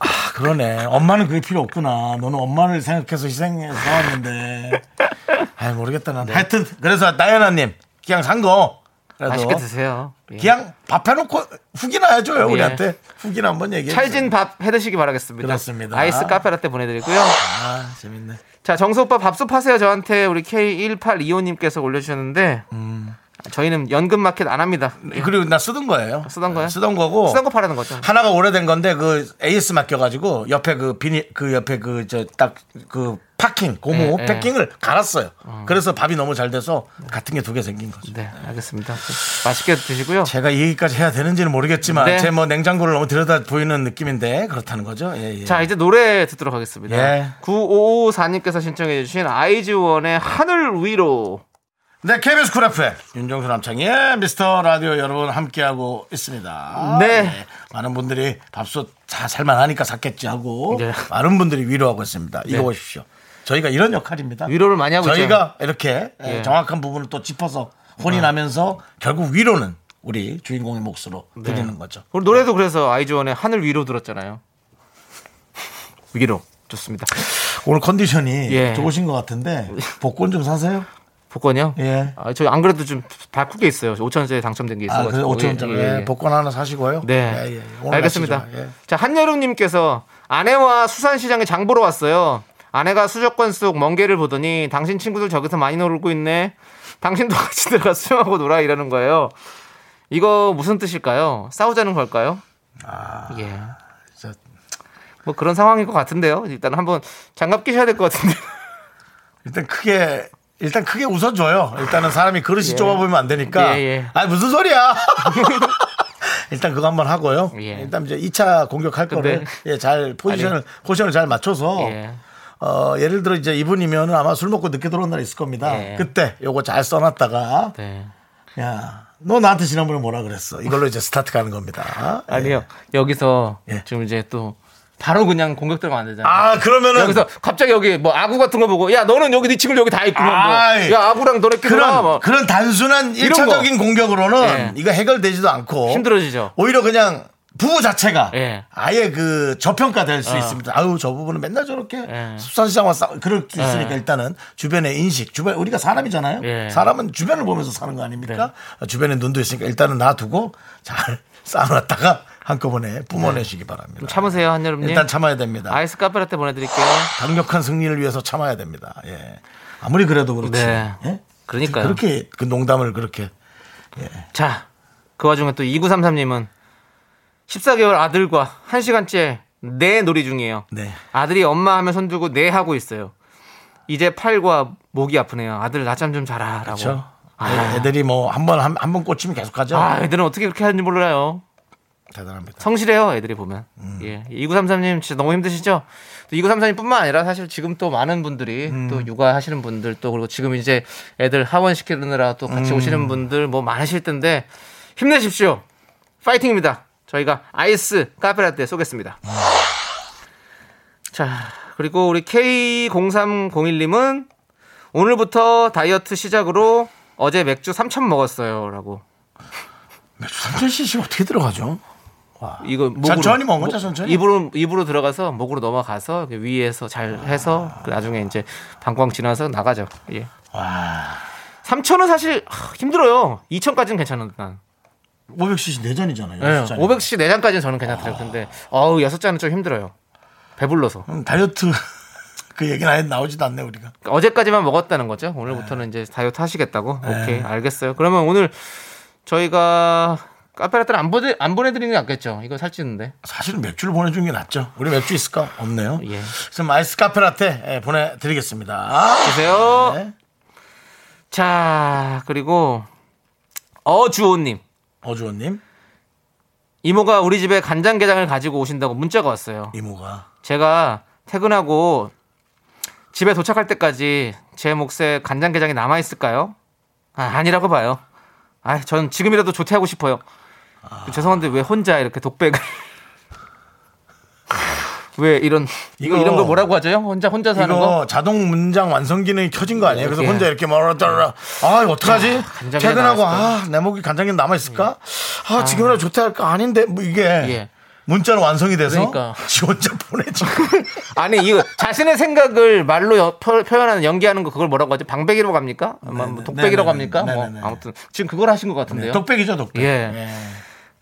아, 그러네. 엄마는 그게 필요 없구나. 너는 엄마를 생각해서 희생해서 왔는데. 아 모르겠다
네.
난. 하여튼 그래서 나연아님 기왕 산 거 그래도
맛있게 드세요. 예.
기왕 밥 해놓고 후기나 해줘요
예.
우리한테 후기나 한번 얘기해.
찰진 밥 해드시기 바라겠습니다.
그렇습니다.
아이스 카페라떼 보내드리고요.
아 재밌네.
자, 정수 오빠 밥솥 하세요. 저한테 우리 K1825님께서 올려주셨는데,
음.
저희는 연금 마켓 안 합니다.
그리고 나 쓰던 거예요.
쓰던 거예요?
쓰던 거고.
쓰던 거 파라는 거죠.
하나가 오래된 건데 그 AS 맡겨가지고 옆에 그 비닐 그 옆에 그 저 딱 그 파킹 고무
예, 예.
패킹을 갈았어요. 그래서 밥이 너무 잘 돼서 같은 게 두 개 생긴 거죠.
네, 알겠습니다. 맛있게 드시고요.
제가 이 얘기까지 해야 되는지는 모르겠지만
네.
제 뭐 냉장고를 너무 들여다 보이는 느낌인데 그렇다는 거죠. 예, 예.
자, 이제 노래 듣도록 하겠습니다.
예.
9554님께서 신청해주신 아이즈원의 하늘 위로.
네, KBS 쿨 FM 윤정수 남창희의 미스터 라디오 여러분 함께하고 있습니다.
네.
많은 분들이 밥솥 다 살만하니까 샀겠지 하고
네.
많은 분들이 위로하고 있습니다. 이거
네.
보십시오. 저희가 이런 역할입니다.
위로를 많이 하고
저희가 이렇게
예. 아.
정확한 부분을 또 짚어서 혼이 나면서 결국 위로는 우리 주인공의 몫으로
네.
드리는 거죠.
우리 노래도 그래서 아이즈원의 하늘 위로 들었잖아요. 위로. 좋습니다.
오늘 컨디션이
예.
좋으신 것 같은데 복권 좀 사세요.
복권이요?
예.
아, 저희 안 그래도 좀 바꾸게 있어요. 5천원짜리 당첨된 게
아, 그래
있어가지고.
5천 원짜리
예, 예, 예.
복권 하나 사시고요.
네.
예, 예. 오늘
알겠습니다.
날씨 좋아요. 예.
자, 한여름님께서 아내와 수산시장에 장 보러 왔어요. 아내가 수족관 속 멍게를 보더니 당신 친구들 저기서 많이 놀고 있네. 당신도 같이 들어가 수영하고 놀아 이러는 거예요. 이거 무슨 뜻일까요? 싸우자는 걸까요? 예.
진짜
뭐 그런 상황일 것 같은데요. 일단 한번 장갑 끼셔야 될 것 같은데.
일단 크게 일단 크게 웃어줘요. 일단은 사람이 그릇이 좁아 보이면 안 되니까.
예, 예.
아 무슨 소리야? 일단 그거 한번 하고요.
예.
일단 이제 2차 공격할
근데-
거를 예, 잘 포지션을 포지션을 잘 맞춰서
예.
어, 예를 들어 이제 이분이면 아마 술 먹고 늦게 들어온 날 있을 겁니다.
예.
그때 요거 잘 써놨다가
네.
야 너 나한테 지난번에 뭐라 그랬어? 이걸로 이제 스타트 가는 겁니다. 예.
아니요. 여기서
예.
지금 이제 또 바로 그냥 공격 들어가면 안 되잖아요.
아 그러면은
여기서 갑자기 여기 뭐 아구 같은 거 보고 야 너는 여기 네 친구 여기 다 있구만
아이.
뭐. 야 아구랑 너네 끼구나
그런
뭐
그런 단순한
이런 거.
1차적인 공격으로는
예.
이거 해결되지도 않고
힘들어지죠.
오히려 그냥 부부 자체가
예. 어.
아예 그 저평가될 수 있습니다. 아유 저 부분은 맨날 저렇게
예.
숲산시장과 싸 그럴 수 있으니까
예.
일단은 주변의 인식, 주변 우리가 사람이잖아요.
예. 네.
사람은 주변을 보면서 사는 거 아닙니까? 주변에 눈도 있으니까 일단은 놔두고 잘 쌓아놨다가 한꺼번에 뿜어내시기 바랍니다.
네. 참으세요 한여름님.
일단 참아야 됩니다.
아이스 카페라떼 보내드릴게요.
강력한 승리를 위해서 참아야 됩니다. 예. 아무리 그래도 그렇지.
네.
예?
그러니까요.
그렇게 그 농담을 그렇게
자, 그 와중에 또 2933님은 14개월 아들과 1시간째 내 놀이 중이에요.
네.
아들이 엄마 하면 손들고 내 하고 있어요. 이제 팔과 목이 아프네요. 아들 낮잠 좀 자라. 라고.
그렇죠.
아.
애들이 뭐 한 번 한 번 꽂히면 계속하죠.
아, 애들은 어떻게 그렇게 하는지 몰라요.
대단합니다. 음.
성실해요, 애들이 보면. 예. 2933님 진짜 너무 힘드시죠? 또 2933님뿐만 아니라 사실 지금 또 많은 분들이
음.
또 육아하시는 분들 또 그리고 지금 이제 애들 하원시키느라 또 같이
음.
오시는 분들 뭐 많으실 텐데 힘내십시오. 파이팅입니다. 저희가 아이스 카페라떼 쏘겠습니다. 자, 그리고 우리 K0301님은 오늘부터 다이어트 시작으로 어제 맥주 3천 먹었어요. 라고.
삼천 cc 어떻게 들어가죠? 와.
이거 목으로
천천히 먹은 거죠, 천천히?
입으로 입으로 들어가서 목으로 넘어가서 이렇게 위에서
아.
잘 해서 그 나중에 이제 방광 지나서 나가죠. 예.
와.
3천은 사실 하, 힘들어요. 2천까지는 괜찮은 난.
500cc 내전이잖아요. 아.
네.
숫자는.
500cc 4잔까지는 저는 괜찮더라고요. 근데 어우 6잔은 좀 힘들어요. 배불러서.
음, 다이어트 그 얘기는 아예 나오지도 않네 우리가.
그러니까 어제까지만 먹었다는 거죠. 오늘부터는
네.
이제 다이어트 하시겠다고. 오케이. 알겠어요. 그러면 오늘 저희가 카페라떼를 안 보내 안 보내 드리는 게 낫겠죠. 이거 살찌는데.
사실은 맥주를 보내주는 게 낫죠. 우리 맥주 있을까? 없네요.
예.
그럼 아이스 카페라떼 예, 보내드리겠습니다.
보세요.
네.
자, 그리고 어주호님.
어주원님
이모가 우리 집에 간장게장을 가지고 오신다고 문자가 왔어요.
이모가
제가 퇴근하고 집에 도착할 때까지 제 몫에 간장게장이 남아있을까요? 아, 아니라고 봐요. 아, 전 지금이라도 조퇴하고 싶어요. 죄송한데 왜 혼자 이렇게 독백을. 왜 이런 이거
이거-
이런 걸 뭐라고 하죠? 형? 혼자 혼자 사는
이거
거?
자동 문장 완성 기능이 켜진 거 아니에요? 그래서
예.
혼자 이렇게 말하더라. 아, 이거 어떡하지?
간장게장
퇴근하고
남았을까? 음.
아, 내 목이 간장게 남아 있을까? 아, 지금이라도 조퇴할까? 아닌데 뭐 이게
예.
문자로 완성이 돼서
그러니까.
지 혼자 보내지고
아니 이거 자신의 생각을 말로 여- 표, 현하는 연기하는 거 그걸 뭐라고 하죠? 방백이라고 합니까? 아마 뭐
네네.
독백이라고
네네네.
합니까? 뭐
네네네. 네,
아무튼 지금 그걸 하신 것 같은데요.
독백이죠, 독백.
예.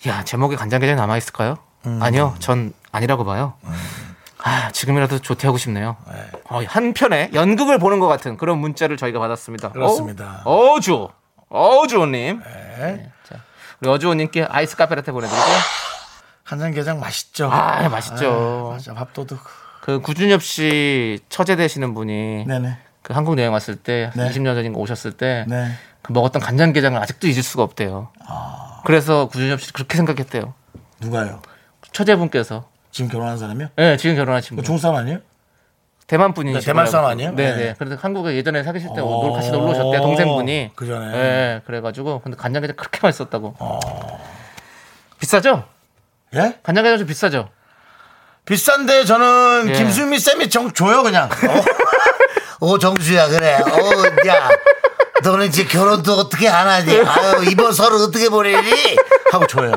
야 제목에 간장게장 남아 있을까요?
음.
아니요, 전 아니라고 봐요. 아 지금이라도 조퇴하고 싶네요. 어, 한편에 연극을 보는 것 같은 그런 문자를 저희가 받았습니다.
그렇습니다.
어, 어주, 어주호님.
예.
네, 자, 우리 어주호님께 아이스 카페라테 보내드리고요.
간장게장 맛있죠.
아, 맛있죠.
아, 맞아, 밥도둑.
그 구준엽 씨 처제 되시는 분이
네네.
그 한국 여행 왔을 때
네.
20년 전인가 오셨을 때 그
네.
먹었던 간장게장을 아직도 잊을 수가 없대요.
아.
그래서 구준엽 씨 그렇게 생각했대요.
누가요?
처제분께서
지금 결혼한 사람이요?
예, 지금 결혼하신 분.
그 중국 사람 아니에요?
대만 분이시고
네, 대만 사람 아니에요? 네.
네, 네. 그래서 한국에 예전에 사귀실 때
어.
놀- 같이 놀러 오셨대 동생분이.
그 전에.
예, 그래가지고 근데 간장게장 그렇게 맛있었다고.
어.
비싸죠?
예?
간장게장 좀 비싸죠?
비싼데 저는
예.
김수미 쌤이 정 줘요 그냥. 어, 어, 정수야 그래. 어, 야 너는 이제 결혼도 어떻게 안 하니? 아유 이번 설을 어떻게 보내니? 하고 줘요.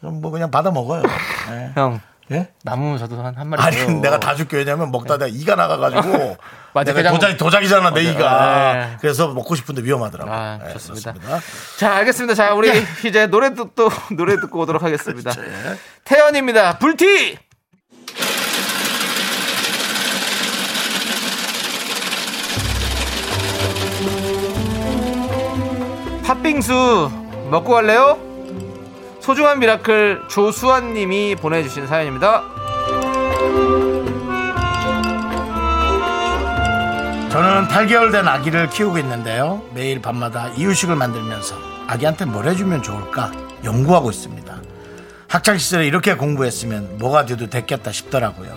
그럼 뭐 그냥 받아 먹어요. 예?
형
예?
남으면 저도 한 한 마리.
아니
줘요.
내가 다 줄게 왜냐면 먹다 내가 이가 나가가지고
어. 맞아,
내가
게장-
도자기 도자기잖아 내
맞아,
이가
예.
그래서 먹고 싶은데 위험하더라고.
아,
예,
좋습니다.
그렇습니다.
자, 알겠습니다. 자, 우리
네.
이제 노래 듣고 노래 듣고 오도록 하겠습니다. 태연입니다. 불티. 팥빙수 먹고 갈래요? 소중한 미라클 조수환 님이 보내주신 사연입니다.
저는 8개월 된 아기를 키우고 있는데요. 매일 밤마다 이유식을 만들면서 아기한테 뭘 해주면 좋을까 연구하고 있습니다. 학창시절에 이렇게 공부했으면 뭐가 돼도 됐겠다 싶더라고요.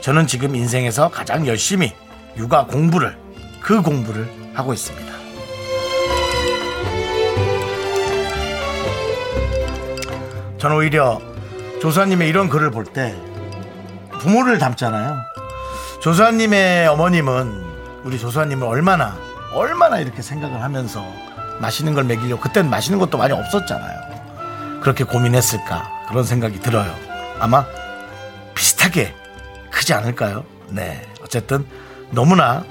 저는 지금 인생에서 가장 열심히 육아 공부를, 그 공부를 하고 있습니다. 저는 오히려 조사님의 이런 글을 볼 때 부모를 닮잖아요. 조사님의 어머님은 우리 조사님을 얼마나 얼마나 이렇게 생각을 하면서 맛있는 걸 먹이려고 그땐 맛있는 것도 많이 없었잖아요. 그렇게 고민했을까 그런 생각이 들어요. 아마 비슷하게 크지 않을까요? 네. 어쨌든 너무나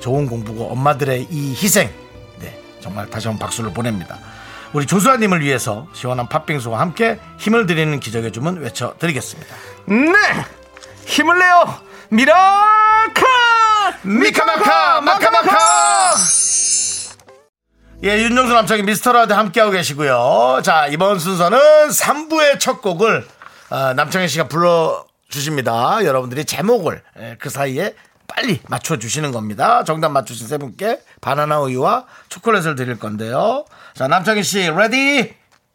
좋은 공부고 엄마들의 이 희생 네. 정말 다시 한번 박수를 보냅니다. 우리 조수아님을 위해서 시원한 팥빙수와 함께 힘을 드리는 기적의 주문 외쳐드리겠습니다.
네! 힘을 내요! 미라클!
미카마카 마카마카 예 윤정수 남창희 미스터라드 함께하고 계시고요 자 이번 순서는 3부의 첫 곡을 어, 남창희 씨가 불러주십니다 여러분들이 제목을 예, 그 사이에 빨리 맞춰주시는 겁니다 정답 맞추신 세 분께 바나나 우유와 초콜릿을 드릴 건데요 자 남창희 씨 레디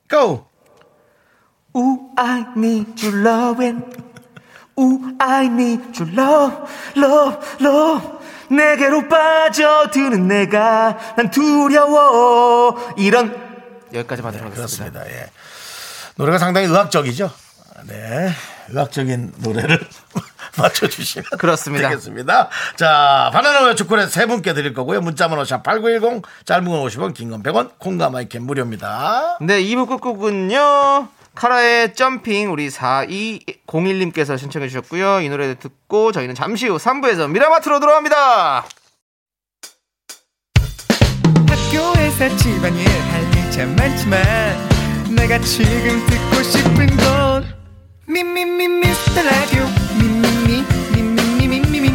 고
Ooh, I need your loving. Ooh, I need your love, love, love. 내게로 빠져드는 내가 난 두려워. 이런
어, 여기까지 만들어 보겠습니다.
그렇습니다. 예. 노래가 상당히 의학적이죠. 네. 의학적인 노래를 맞춰주시면
그렇습니다.
되겠습니다. 자, 바나나와 초콜릿 세 분께 드릴 거고요. 문자번호 샵8910, 짧은 건 50원, 긴 건 100원, 콩과 마이캔 무료입니다.
네, 2부 끝곡은요. 카라의 점핑 우리 4201님께서 신청해 주셨고요. 이 노래 듣고 저희는 잠시 후 3부에서 미라마트로 돌아옵니다.
학교에서 집안일 할 일 참 많지만 내가 지금 듣고 싶은 건 미미미 미스터 라디오 미미미 미미미 미미미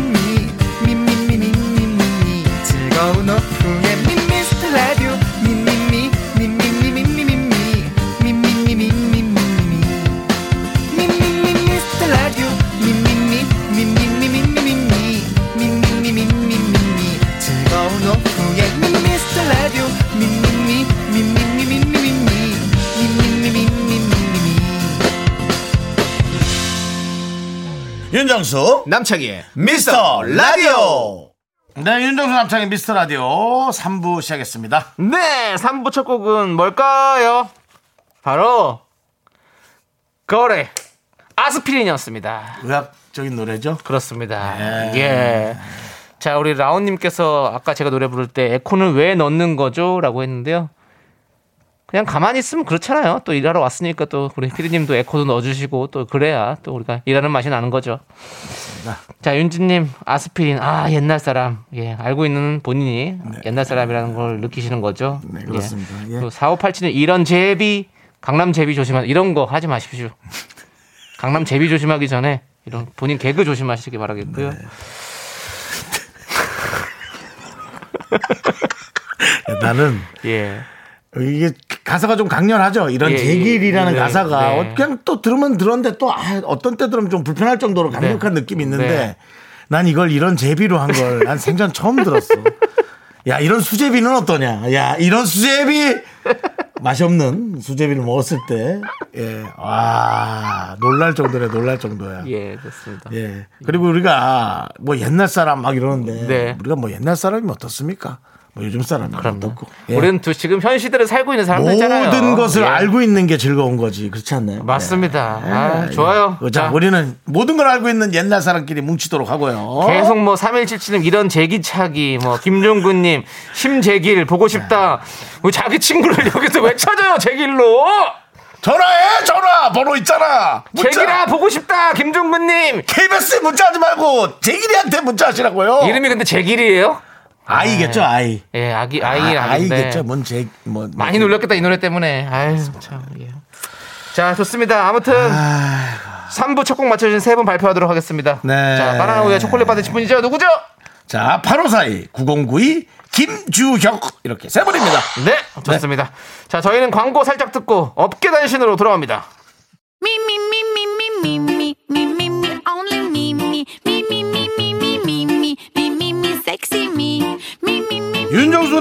미미미 미미미 즐거운 오후에 미스터 라디오 미미미 미미미 미미미 미미미 미미미
윤정수,
남창희의
미스터 라디오! 네, 윤정수 남창의 미스터 라디오 3부 시작했습니다.
네, 3부 첫 곡은 뭘까요? 바로 거래 아스피린이었습니다.
의학적인 노래죠.
그렇습니다.
예.
예. 자, 우리 라온님께서 아까 제가 노래 부를 때 에코는 왜 넣는 거죠? 라고 했는데요. 그냥 가만히 있으면 그렇잖아요. 또 일하러 왔으니까 또 우리 피디님도 에코도 넣어주시고 또 그래야 또 우리가 일하는 맛이 나는 거죠.
네.
자, 윤지님, 아스피린. 아, 옛날 사람. 예, 알고 있는 본인이 옛날 사람이라는 걸 느끼시는 거죠.
네, 그렇습니다. 예.
또 4587은 이런 제비, 강남 제비 조심하, 이런 거 하지 마십시오. 강남 제비 조심하기 전에 이런 본인 개그 조심하시기 바라겠고요.
네. 네, 나는
예.
이게 가사가 좀 강렬하죠. 이런
예,
제길이라는
예, 예.
가사가
네.
어, 그냥 또 들으면 들었는데 또 아, 어떤 때 들으면 좀 불편할 정도로 강력한
네.
느낌이 있는데
네.
난 이걸 이런 제비로 한 걸 난 생전 처음 들었어. 야 이런 수제비는 어떠냐? 야 이런 수제비 맛이 없는 수제비를 먹었을 때, 예, 와 놀랄 정도래 놀랄 정도야.
예, 그렇습니다.
예. 그리고 우리가 뭐 옛날 사람 막 이러는데
네.
우리가 뭐 옛날 사람이면 어떻습니까? 뭐 요즘 사람이면
그럼요.
어떻고? 예.
우리는 두, 지금 현 시대를 살고 있는 사람들잖아요. 예.
모든 것을 알고 있는 게 즐거운 거지 그렇지 않나요?
맞습니다.
네.
아,
예.
좋아요.
자, 우리는 모든 걸 알고 있는 옛날 사람끼리 뭉치도록 하고요.
계속 뭐 3177님 이런 제기차기 뭐 김종근님 심재길 보고 싶다
예.
왜 자기 친구를 여기서 왜 찾아요 제길로
전화해 전화 번호 있잖아. 문자.
제길아 보고 싶다 김종근님
KBS 에 문자하지 말고 제길이한테 문자하시라고요.
이름이 근데 제길이에요?
아이겠죠 아이.
예 아기 아이
아,
아,
이
닌
겠
데
죠 뭔제뭐
많이 놀렸겠다 이 노래 때문에 아유 참 예. 자 좋습니다 아무튼 3부 첫 곡 맞춰주신 세 분 발표하도록 하겠습니다
네.
자 바나나 우유와 초콜릿 받으신 분이죠 누구죠?
자, 8542, 9092, 김주혁 이렇게 세 분입니다.
네, 좋습니다. 자, 저희는 광고 살짝 듣고 업계 단신으로 돌아옵니다.
Me, me, me, me, me, me, me, me, me, me, only me, me, me, me, me, me, me, me, me, me, me, me, sexy me, me, me, me,
윤정수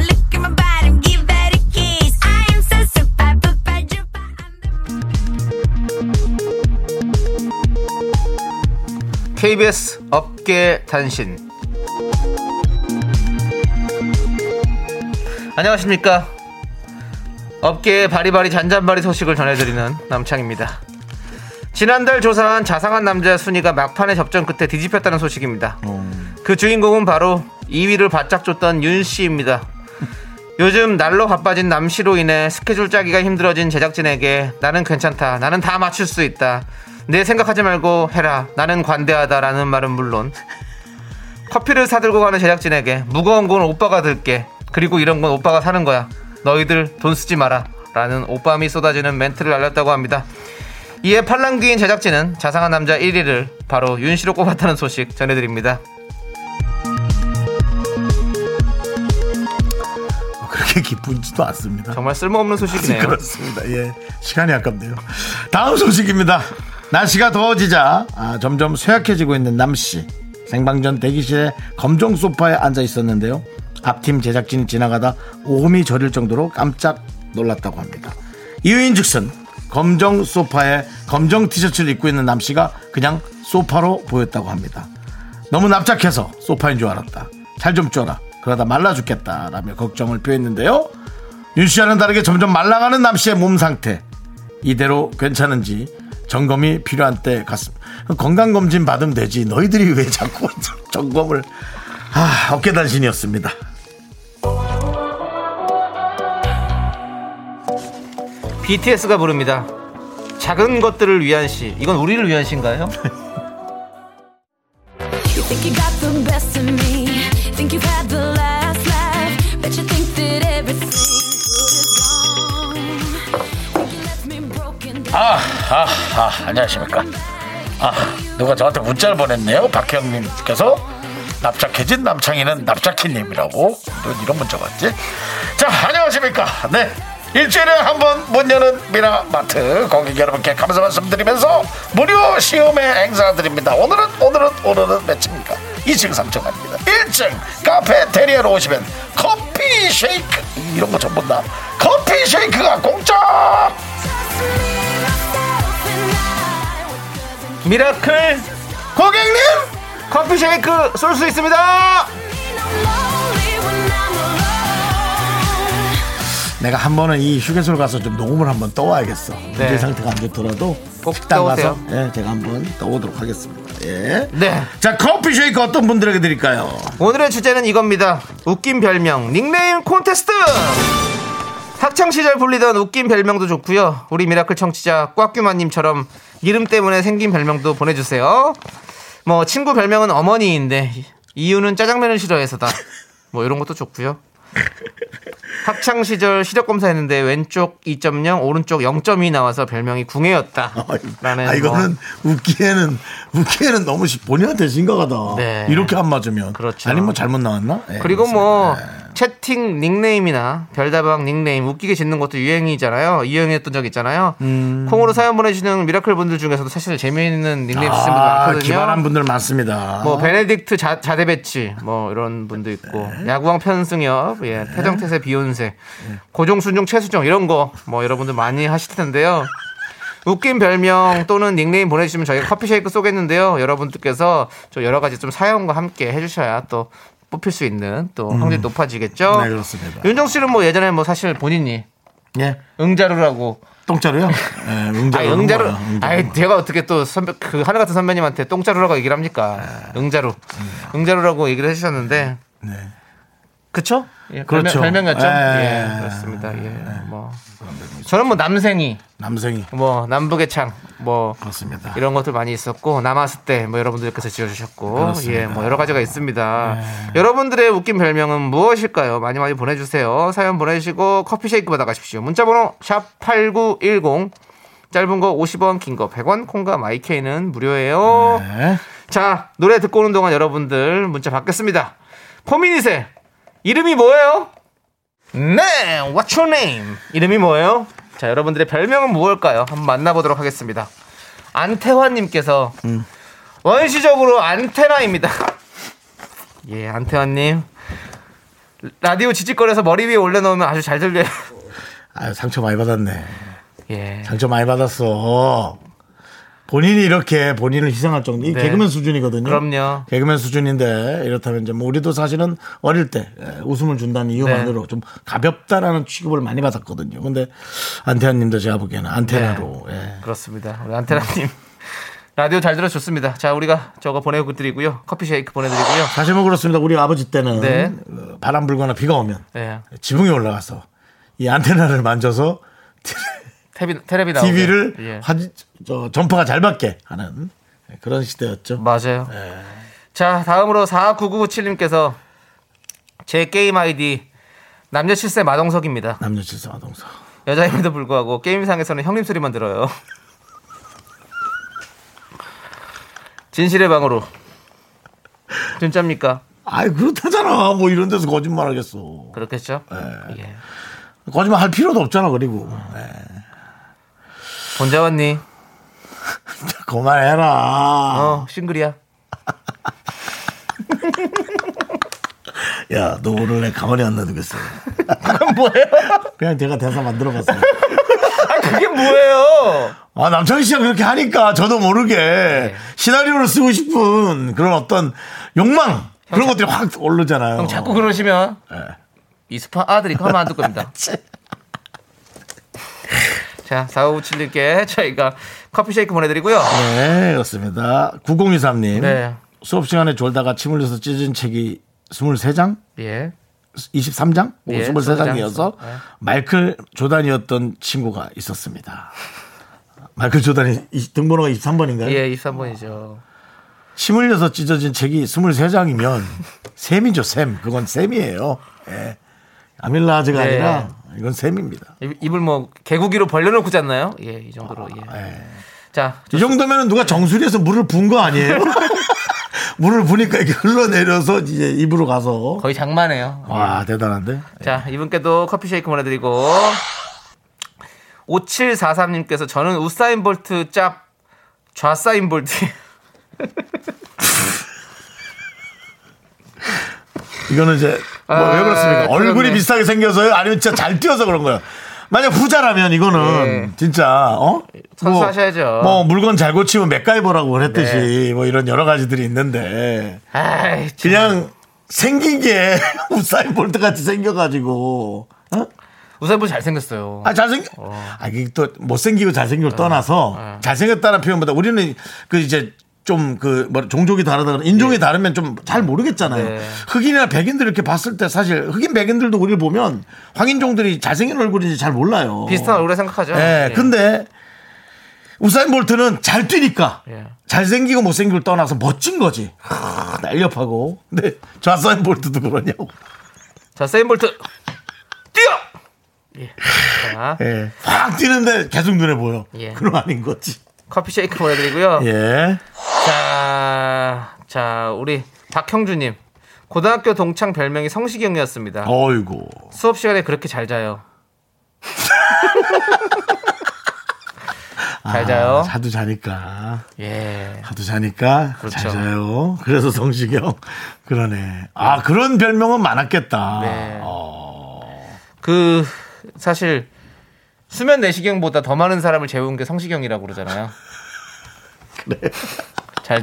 look at my body, give that a kiss. I am so super, super, duper, I'm the
KBS 업계 단신 안녕하십니까 업계의 바리바리 잔잔바리 소식을 전해드리는 남창입니다 지난달 조사한 자상한 남자 순위가 막판에 접전 끝에 뒤집혔다는 소식입니다 그 주인공은 바로 2위를 바짝 줬던 윤씨입니다 요즘 날로 바빠진 남씨로 인해 스케줄 짜기가 힘들어진 제작진에게 나는 괜찮다. 나는 다 맞출 수 있다. 내 생각하지 말고 해라. 나는 관대하다라는 말은 물론 커피를 사들고 가는 제작진에게 무거운 건 오빠가 들게. 그리고 이런 건 오빠가 사는 거야. 너희들 돈 쓰지 마라. 라는 오빠미 쏟아지는 멘트를 날렸다고 합니다. 이에 팔랑귀인 제작진은 자상한 남자 1위를 바로 윤씨로 꼽았다는 소식 전해드립니다.
그렇게 기쁘지도 않습니다.
정말 쓸모없는 소식이네요.
그렇습니다. 예. 시간이 아깝네요. 다음 소식입니다. 날씨가 더워지자 아, 점점 쇠약해지고 있는 남씨. 생방전 대기실에 검정 소파에 앉아 있었는데요. 앞팀 제작진이 지나가다 오음이 저릴 정도로 깜짝 놀랐다고 합니다. 이유인 즉슨 검정 소파에 검정 티셔츠를 입고 있는 남씨가 그냥 소파로 보였다고 합니다. 너무 납작해서 소파인 줄 알았다. 살 좀 쪄라. 그러다 말라 죽겠다. 라며 걱정을 표했는데요. 윤 씨와는 다르게 점점 말라가는 남 씨의 몸 상태. 이대로 괜찮은지 점검이 필요한 때 같습니다. 건강검진 받으면 되지. 너희들이 왜 자꾸 점검을. 아, 어깨단신이었습니다.
BTS가 부릅니다. 작은 것들을 위한 시. 이건 우리를 위한 시인가요?
Think you got the best of me. Think you've had the last laugh. Bet you think that everything good is gone. Think you left me broken down.
아, 아, 아, 안녕하십니까. 아, 누가 저한테 문자를 보냈네요. 박형님께서. 납작해진 남창희는 납작히님이라고. 또 이런 문자 왔지? 자, 안녕하십니까. 네. 일주일에 한 번 문 여는 미라마트 고객 여러분께 감사 말씀드리면서 무료 시음회 행사드립니다. 오늘은 오늘은 오늘은 몇입니까? 2층 3층 아닙니다. 1층 카페테리아로 오시면 커피 쉐이크 이런 거 좀 본다. 커피 쉐이크가 공짜.
미라클
고객님
커피 쉐이크 쏠 수 있습니다.
내가 한 번은 이 휴게소를 가서 좀 녹음을 한번 떠와야겠어
네.
문제 상태가 안 좋더라도
꼭
식당 가서
떠오세요.
예, 제가 한번 떠오도록 하겠습니다 예.
네.
자 커피 쉐이크 어떤 분들에게 드릴까요
오늘의 주제는 이겁니다. 웃긴 별명 닉네임 콘테스트. 학창 시절 불리던 웃긴 별명도 좋고요. 우리 미라클 청취자 꽉규만님처럼 이름 때문에 생긴 별명도 보내주세요. 뭐 친구 별명은 어머니인데 이유는 짜장면을 싫어해서다. 뭐 이런 것도 좋고요. 학창 시절 시력 검사했는데 왼쪽 2.0, 오른쪽 0.2 나와서 별명이 궁예였다라는 뭐
아 이거는 웃기에는 웃기에는 너무 시- 본인한테 심각하다
네.
이렇게 안 맞으면
그렇죠.
아니면 잘못 나왔나 예,
그리고
그렇습니다.
뭐
예.
채팅 닉네임이나 별다방 닉네임 웃기게 짓는 것도 유행이잖아요. 유행했던 적 있잖아요.
음.
콩으로 사연 보내주시는 미라클 분들 중에서도 사실 재미있는 닉네임 쓰는 분들
아,
많거든요.
기발한 분들 많습니다
뭐 베네딕트 자, 대배치뭐 이런 분도 있고
네.
야구왕 편승엽 예 태정태세 비욘세 고종순종 최수종 이런 거 뭐 여러분들 많이 하실 텐데요 웃긴 별명 또는 닉네임 보내주시면 저희가 커피쉐이크 쏘겠는데요 여러분들께서 저 여러 가지 좀 사연과 함께 해주셔야 또 뽑힐 수 있는 또 확률이 높아지겠죠
음. 네, 그렇습니다.
윤정 씨는 뭐 예전에 뭐 사실 본인이
예
응자루라고
똥자루요 예,
아
응자루
응자루 아이 제가 어떻게 또 선배 그 하늘 같은 선배님한테
네. 음.
똥자루라고 얘기를 합니까? 응자루. 응자루라고 얘기를 해 주셨는데
그쵸?
예,
그렇죠.
별명, 별명이었죠.
예. 네.
예, 그렇습니다. 예, 뭐 저는 뭐 남생이,
남성이.
뭐 남북의 창, 뭐
그렇습니다.
이런 것들 많이 있었고 남았을 때 뭐 여러분들께서 지어주셨고
그렇습니다. 네.
예 뭐 여러 가지가 있습니다. 여러분들의 웃긴 별명은 무엇일까요? 많이 많이 보내주세요. 사연 보내시고 커피 쉐이크 받아가십시오. 문자번호 샵 #8910 짧은 거 50원, 긴 거 100원, 콩과 마이케이는 무료예요.
네.
자 노래 듣고 오는 동안 여러분들 문자 받겠습니다. 포미닛의 이름이 뭐예요? 네, What's your name? 이름이 뭐예요? 자 여러분들의 별명은 무엇일까요? 한번 만나보도록 하겠습니다. 안태환님께서 원시적으로 안테나입니다. 예, 안태환님 라디오 지직거려서 머리 위에 올려놓으면 아주 잘 들려요.
아유, 상처 많이 받았네.
예,
상처 많이 받았어. 본인이 이렇게 본인을 희생할 정도, 이
네.
개그맨 수준이거든요.
그럼요.
개그맨 수준인데 이렇다면 이제 뭐 우리도 사실은 어릴 때 예, 웃음을 준다는
네.
이유만으로 좀 가볍다라는 취급을 많이 받았거든요. 근데 안태환님도 제가 보기에는 안테나로
네.
예.
그렇습니다. 우리 안태환님 라디오 잘 들어줬습니다. 자 우리가 저거 보내드리고요, 커피 쉐이크 보내드리고요.
사실 뭐 그렇습니다. 우리 아버지 때는
네.
어, 바람 불거나 비가 오면
예,
지붕에 올라가서 이 안테나를 만져서
테레비 테레비 나오게.
TV를
예.
전파가 잘 받게 하는 그런 시대였죠.
맞아요. 자, 다음으로 4997님께서 제 게임 아이디 남녀 7세 마동석입니다.
남녀 칠성 아동사.
여자임에도 불구하고 게임상에서는 형님 소리만 들어요. 진실의 방으로. 진짜입니까?
아이 그렇다잖아. 뭐 이런 데서 거짓말 하겠어.
그렇겠죠? 예.
거짓말 할 필요도 없잖아. 그리고 예.
본자원님,
그만해라.
어, 싱글이야.
야, 너 오늘 내 가만히 안 놔두겠어.
그건 뭐예요?
그냥 제가 대사 만들어봤어요.
아, 그게 뭐예요?
아, 남창희 씨가 그렇게 하니까 저도 모르게
네.
시나리오를 쓰고 싶은 그런 어떤 욕망 그런 것들이 확 오르잖아요.
형 자꾸 그러시면 이 스파 아들이 가만 안둘 겁니다. 자, 4557님께 저희가 커피 쉐이크 보내드리고요.
네, 그렇습니다. 9023님.
네.
수업 시간에 졸다가 침 흘려서 찢은 책이 23장?
예.
23장?
예,
23장이어서
네.
마이클 조단이었던 친구가 있었습니다. 마이클 조단이 이- 등번호가 23번인가요?
예, 23번이죠.
침 흘려서 찢어진 책이 23장이면 셈이죠, 셈. 그건 셈이에요. 예. 아밀라즈가
네.
아니라 이건 셈입니다.
입- 입을 뭐 개구기로 벌려놓고 잤나요? 예, 이 정도로. 예. 자,
이 정도면 누가 정수리에서 물을 분 거 아니에요? 물을 부니까 이렇게 흘러내려서 이제 입으로 가서
거의 장마네요.
와 대단한데
네. 자, 이분께도 커피 쉐이크 보내드리고 5743님께서 저는 우사인 볼트 짭 좌사인 볼트
이거는 이제 뭐
아,
왜 그렇습니까
그렇네.
얼굴이 비슷하게 생겨서요 아니면 진짜 잘 뛰어서 그런 거예요 만약 부자라면 이거는 진짜 어
네. 선수하셔야죠. 네.
뭐, 뭐 물건 잘 고치면 맥가이버라고 그랬듯이 뭐 이런 여러 가지들이 있는데
아이, 참.
그냥 생긴 게 우사인 볼트 같이 생겨가지고 어?
우사인 볼트 잘생겼어요. 어.
아 잘생 아 이게 또 못생기고 잘생기고 떠나서 잘생겼다는 표현보다 우리는 그 이제 좀 그 뭐 종족이 다르다 인종이 다르면 좀 잘 모르겠잖아요.
예. 네.
흑인이나 백인들 이렇게 봤을 때 사실 흑인 백인들도 우리를 보면 황인종들이 잘생긴 얼굴인지 잘 몰라요.
비슷한 얼굴에 생각하죠.
예.
예.
근데 우사인 볼트는 잘 뛰니까
예.
잘생기고 못생기고 떠나서 멋진 거지. 아, 날렵하고. 근데 좌사인 볼트도 그러냐고.
자, 세인 볼트 뛰어. 예. 자,
예. 확 뛰는데 계속 눈에 보여.
예.
그럼 아닌 거지.
커피 쉐이크 보내드리고요.
예.
자, 자, 우리 박형주님 고등학교 동창 별명이 성시경이었습니다.
어이구.
수업 시간에 그렇게 잘 자요. 잘 자요.
아, 자도 자니까.
예.
자도 자니까.
그렇죠.
잘 자요. 그래서 성시경. 그러네. 아, 그런 별명은 많았겠다.
네.
어.
그 사실 수면 내시경보다 더 많은 사람을 재운 게 성시경이라고 그러잖아요. 그래. 잘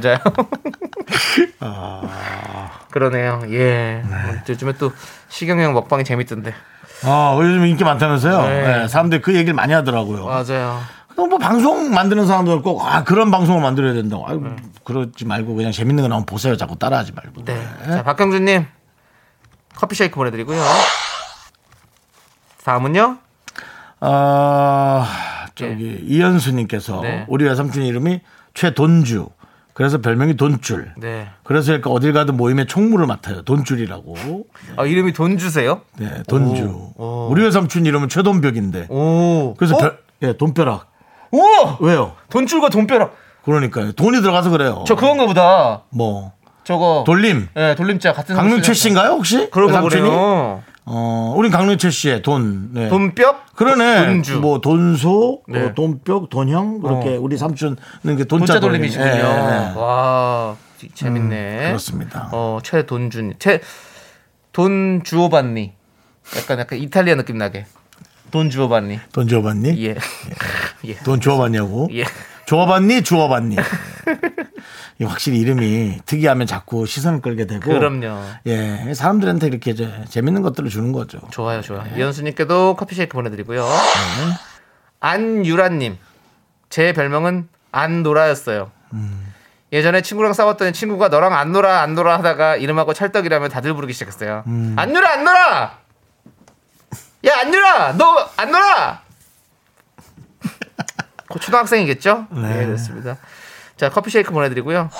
자요.
아.
그러네요. 예. 요즘에 또 시경형 먹방이 재밌던데.
아, 요즘 인기 많다면서요?
네.
네, 사람들이 그 얘기를 많이 하더라고요.
맞아요.
그럼 뭐 방송 만드는 사람들은 꼭, 아, 그런 방송을 만들어야 된다고. 아유,
네.
그러지 말고 그냥 재밌는 거 나오면 보세요. 자꾸 따라하지 말고.
네. 자, 박경준님 네. 커피 쉐이크 보내드리고요. 다음은요?
아, 저기 이현수님께서
네.
우리 외삼촌 이름이 최돈주. 그래서 별명이 돈줄.
네.
그래서 그러니까 어딜 가든 모임의 총무를 맡아요. 돈줄이라고.
아, 이름이 돈 주세요?
네, 돈주.
오.
우리 외삼촌 이름은 최돈벽인데.
오.
그래서
어, 어?
별, 예, 돈벼락.
오!
왜요?
돈 줄과 돈벼락.
그러니까요. 돈이 들어가서 그래요.
저 그건가 보다.
뭐
저거.
돌림.
예, 돌림자 같은
강릉
성씨가-
출신가요 혹시?
그러고
외삼촌이?
보네요.
어, 우린 강릉 출신의 돈. 네.
돈뼈?
그러네.
돈주.
뭐 돈소,
네. 어.
어, 돈벽, 돈형 그렇게 우리 삼촌은 그
돈자
돈자 돌림.
돌림이시군요. 어.
예, 예.
와, 지- 재밌네.
그렇습니다.
어, 최돈준. 최 돈주오반니. 약간 약간 이탈리아 느낌 나게. 돈주오반니.
돈 줘봤니?
예. 예.
돈 줘봤냐고?
예.
줘봤니? 주워봤니? 예. 이 확실히 이름이 특이하면 자꾸 시선을 끌게 되고.
그럼요.
예, 사람들한테 이렇게 이제 재밌는 것들을 주는 거죠.
좋아요, 좋아요.
네.
이현수님께도 커피 쉐이크 보내드리고요. 안유라님, 제 별명은 안노라였어요. 예전에 친구랑 싸웠더니 친구가 너랑 안 놀아 안 놀아 하다가 이름하고 찰떡이라면 다들 부르기 시작했어요. 안놀아 안놀아. 야 안놀아 너 안 놀아. 고 초등학생이겠죠? 네. 그렇습니다. 자 커피 쉐이크 보내드리고요.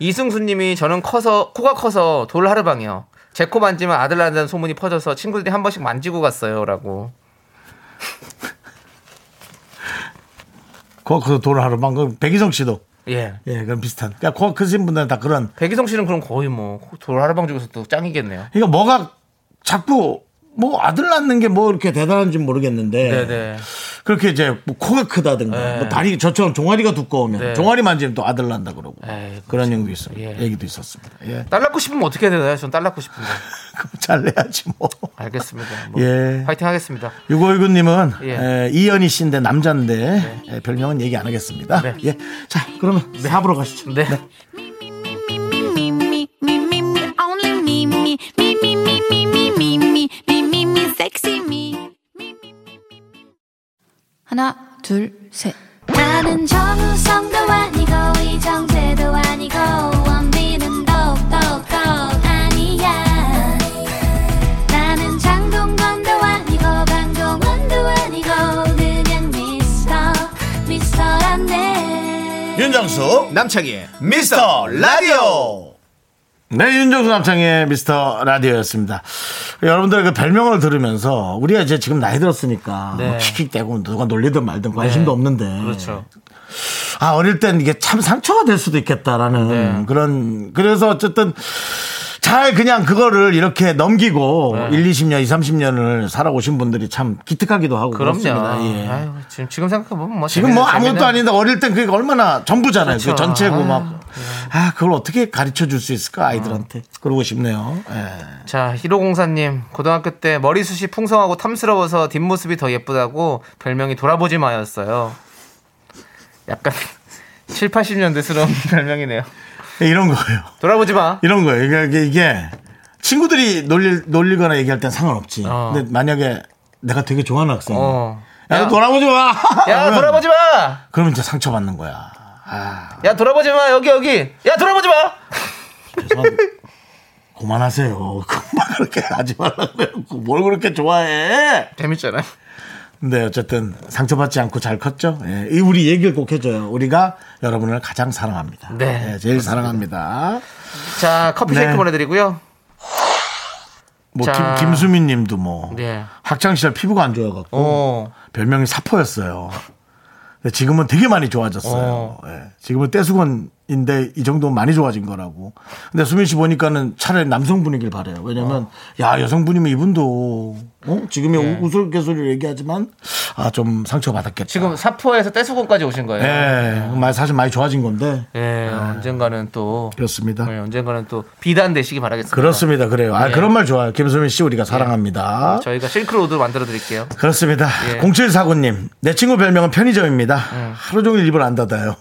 이승수님이 저는 커서 코가 커서 돌 하르방이요. 제 코 만지면 아들 낳는다는 소문이 퍼져서 친구들이 한 번씩 만지고 갔어요라고.
코가 커서 돌을 그, 하러 방금 백이성 씨도
예.
예, 그럼 비슷한. 그러니까 코가 크신 분들은 다 그런.
백이성 씨는 그럼 거의 뭐 돌 하르방 중에서 또 짱이겠네요.
그러니까 뭐가 자꾸 뭐 아들 낳는 게 뭐 이렇게 대단한지 모르겠는데
네네.
그렇게 이제 뭐 코가 크다든가
네.
뭐 다리 저처럼 종아리가 두꺼우면
네.
종아리 만지면 또 아들 난다 그러고
에이,
그런 얘기도 있어요.
예.
얘기도 있었습니다. 예,
딸 낳고 싶으면 어떻게 해야 되나요? 전 딸 낳고 싶은데.
그럼 잘내야지 뭐.
알겠습니다. 뭐
예.
파이팅 하겠습니다.
유고이구님은
예.
에, 이연희 씨인데 남자인데 에, 별명은 얘기 안 하겠습니다.
네.
예, 자 그러면 사부로 가시죠.
네.
me, me, me, me, me, only me, me, me, me, me, me, me, me, me, me, me, me, sexy me.
하나, 둘, 셋.
나는 정우성도 아니고 이정재도 아니고 원빈은 더욱더 아니야 나는 장동건도 아니고 강동원도 아니고 그냥 미스터 미스터란데
윤정수 남창희 미스터 라디오 네 윤정수 남창희의 미스터 라디오였습니다 여러분들의 그 별명을 들으면서 우리가 이제 지금 나이 들었으니까
네.
뭐 킥킥대고 누가 놀리든 말든 관심도 없는데
그렇죠.
아 어릴 땐 이게 참 상처가 될 수도 있겠다라는
네.
그런 그래서 어쨌든 잘 그냥 그거를 이렇게 넘기고
네.
1, 20년, 2, 30년을 살아오신 분들이 참 기특하기도 하고
그럼요.
그렇습니다. 예.
아유, 지금 지금 생각해 보면 뭐
지금 뭐
재밌는-
아무것도
재밌는-
아닌데 어릴 땐 그게 얼마나 전부잖아요. 그
그렇죠.
전체고
아유, 예.
막. 아, 그걸 어떻게 가르쳐 줄 수 있을까, 아이들한테. 그러고 싶네요. 예.
자, 1504님, 고등학교 때 머리숱이 풍성하고 탐스러워서 뒷모습이 더 예쁘다고 별명이 돌아보지 마였어요. 약간 7, 80년대스러운 별명이네요.
이런 거예요.
돌아보지 마.
이런 거예요. 그러니까 이게, 이게, 이게 친구들이 놀릴, 놀리거나 얘기할 땐 상관없지.
어.
근데 만약에 내가 되게 좋아하는 학생이.
어.
야, 너 돌아보지 마!
야,
예. 그러면-
돌아보지 마.
그러면 이제 상처받는 거야.
야, 돌아보지 마. 여기 여기. 야, 돌아보지 마.
죄송한데. 그만하세요. 그만 그렇게 하지 말라고요. 뭘 그렇게 좋아해?
재밌잖아요.
근데 어쨌든 상처받지 않고 잘 컸죠. 예, 이 우리 얘기를 꼭 해줘요. 우리가 여러분을 가장 사랑합니다.
네.
예, 제일 사랑합니다.
자, 커피 쉐이크
네.
보내 드리고요.
뭐
자.
김, 수민님도뭐
네.
학창 시절 피부가 안 좋아갖고
어.
별명이 사포였어요. 근데 지금은 되게 많이 좋아졌어요.
어.
예, 지금은 떼수건인데 이 정도면 많이 좋아진 거라고. 근데 수민 씨 보니까는 차라리 남성분이길 바래요.
어.
왜냐면 야 여성분이면 이분도 어? 지금의 우스갯소리를 얘기하지만 아 좀 상처받았겠다.
예. 지금 사포에서 떼수건까지 오신 거예요.
예, 말 사실 많이 좋아진 건데
예, 언젠가는 또
그렇습니다.
예, 언젠가는 또 비단되시기 바라겠습니다.
그렇습니다. 그래요. 아,
예.
그런 말 좋아요. 김수민 씨 우리가 사랑합니다.
저희가 실크로드 만들어 드릴게요.
그렇습니다.
예. 음.
0749님, 내 친구 별명은 편의점입니다. 하루 종일 입을 안 닫아요.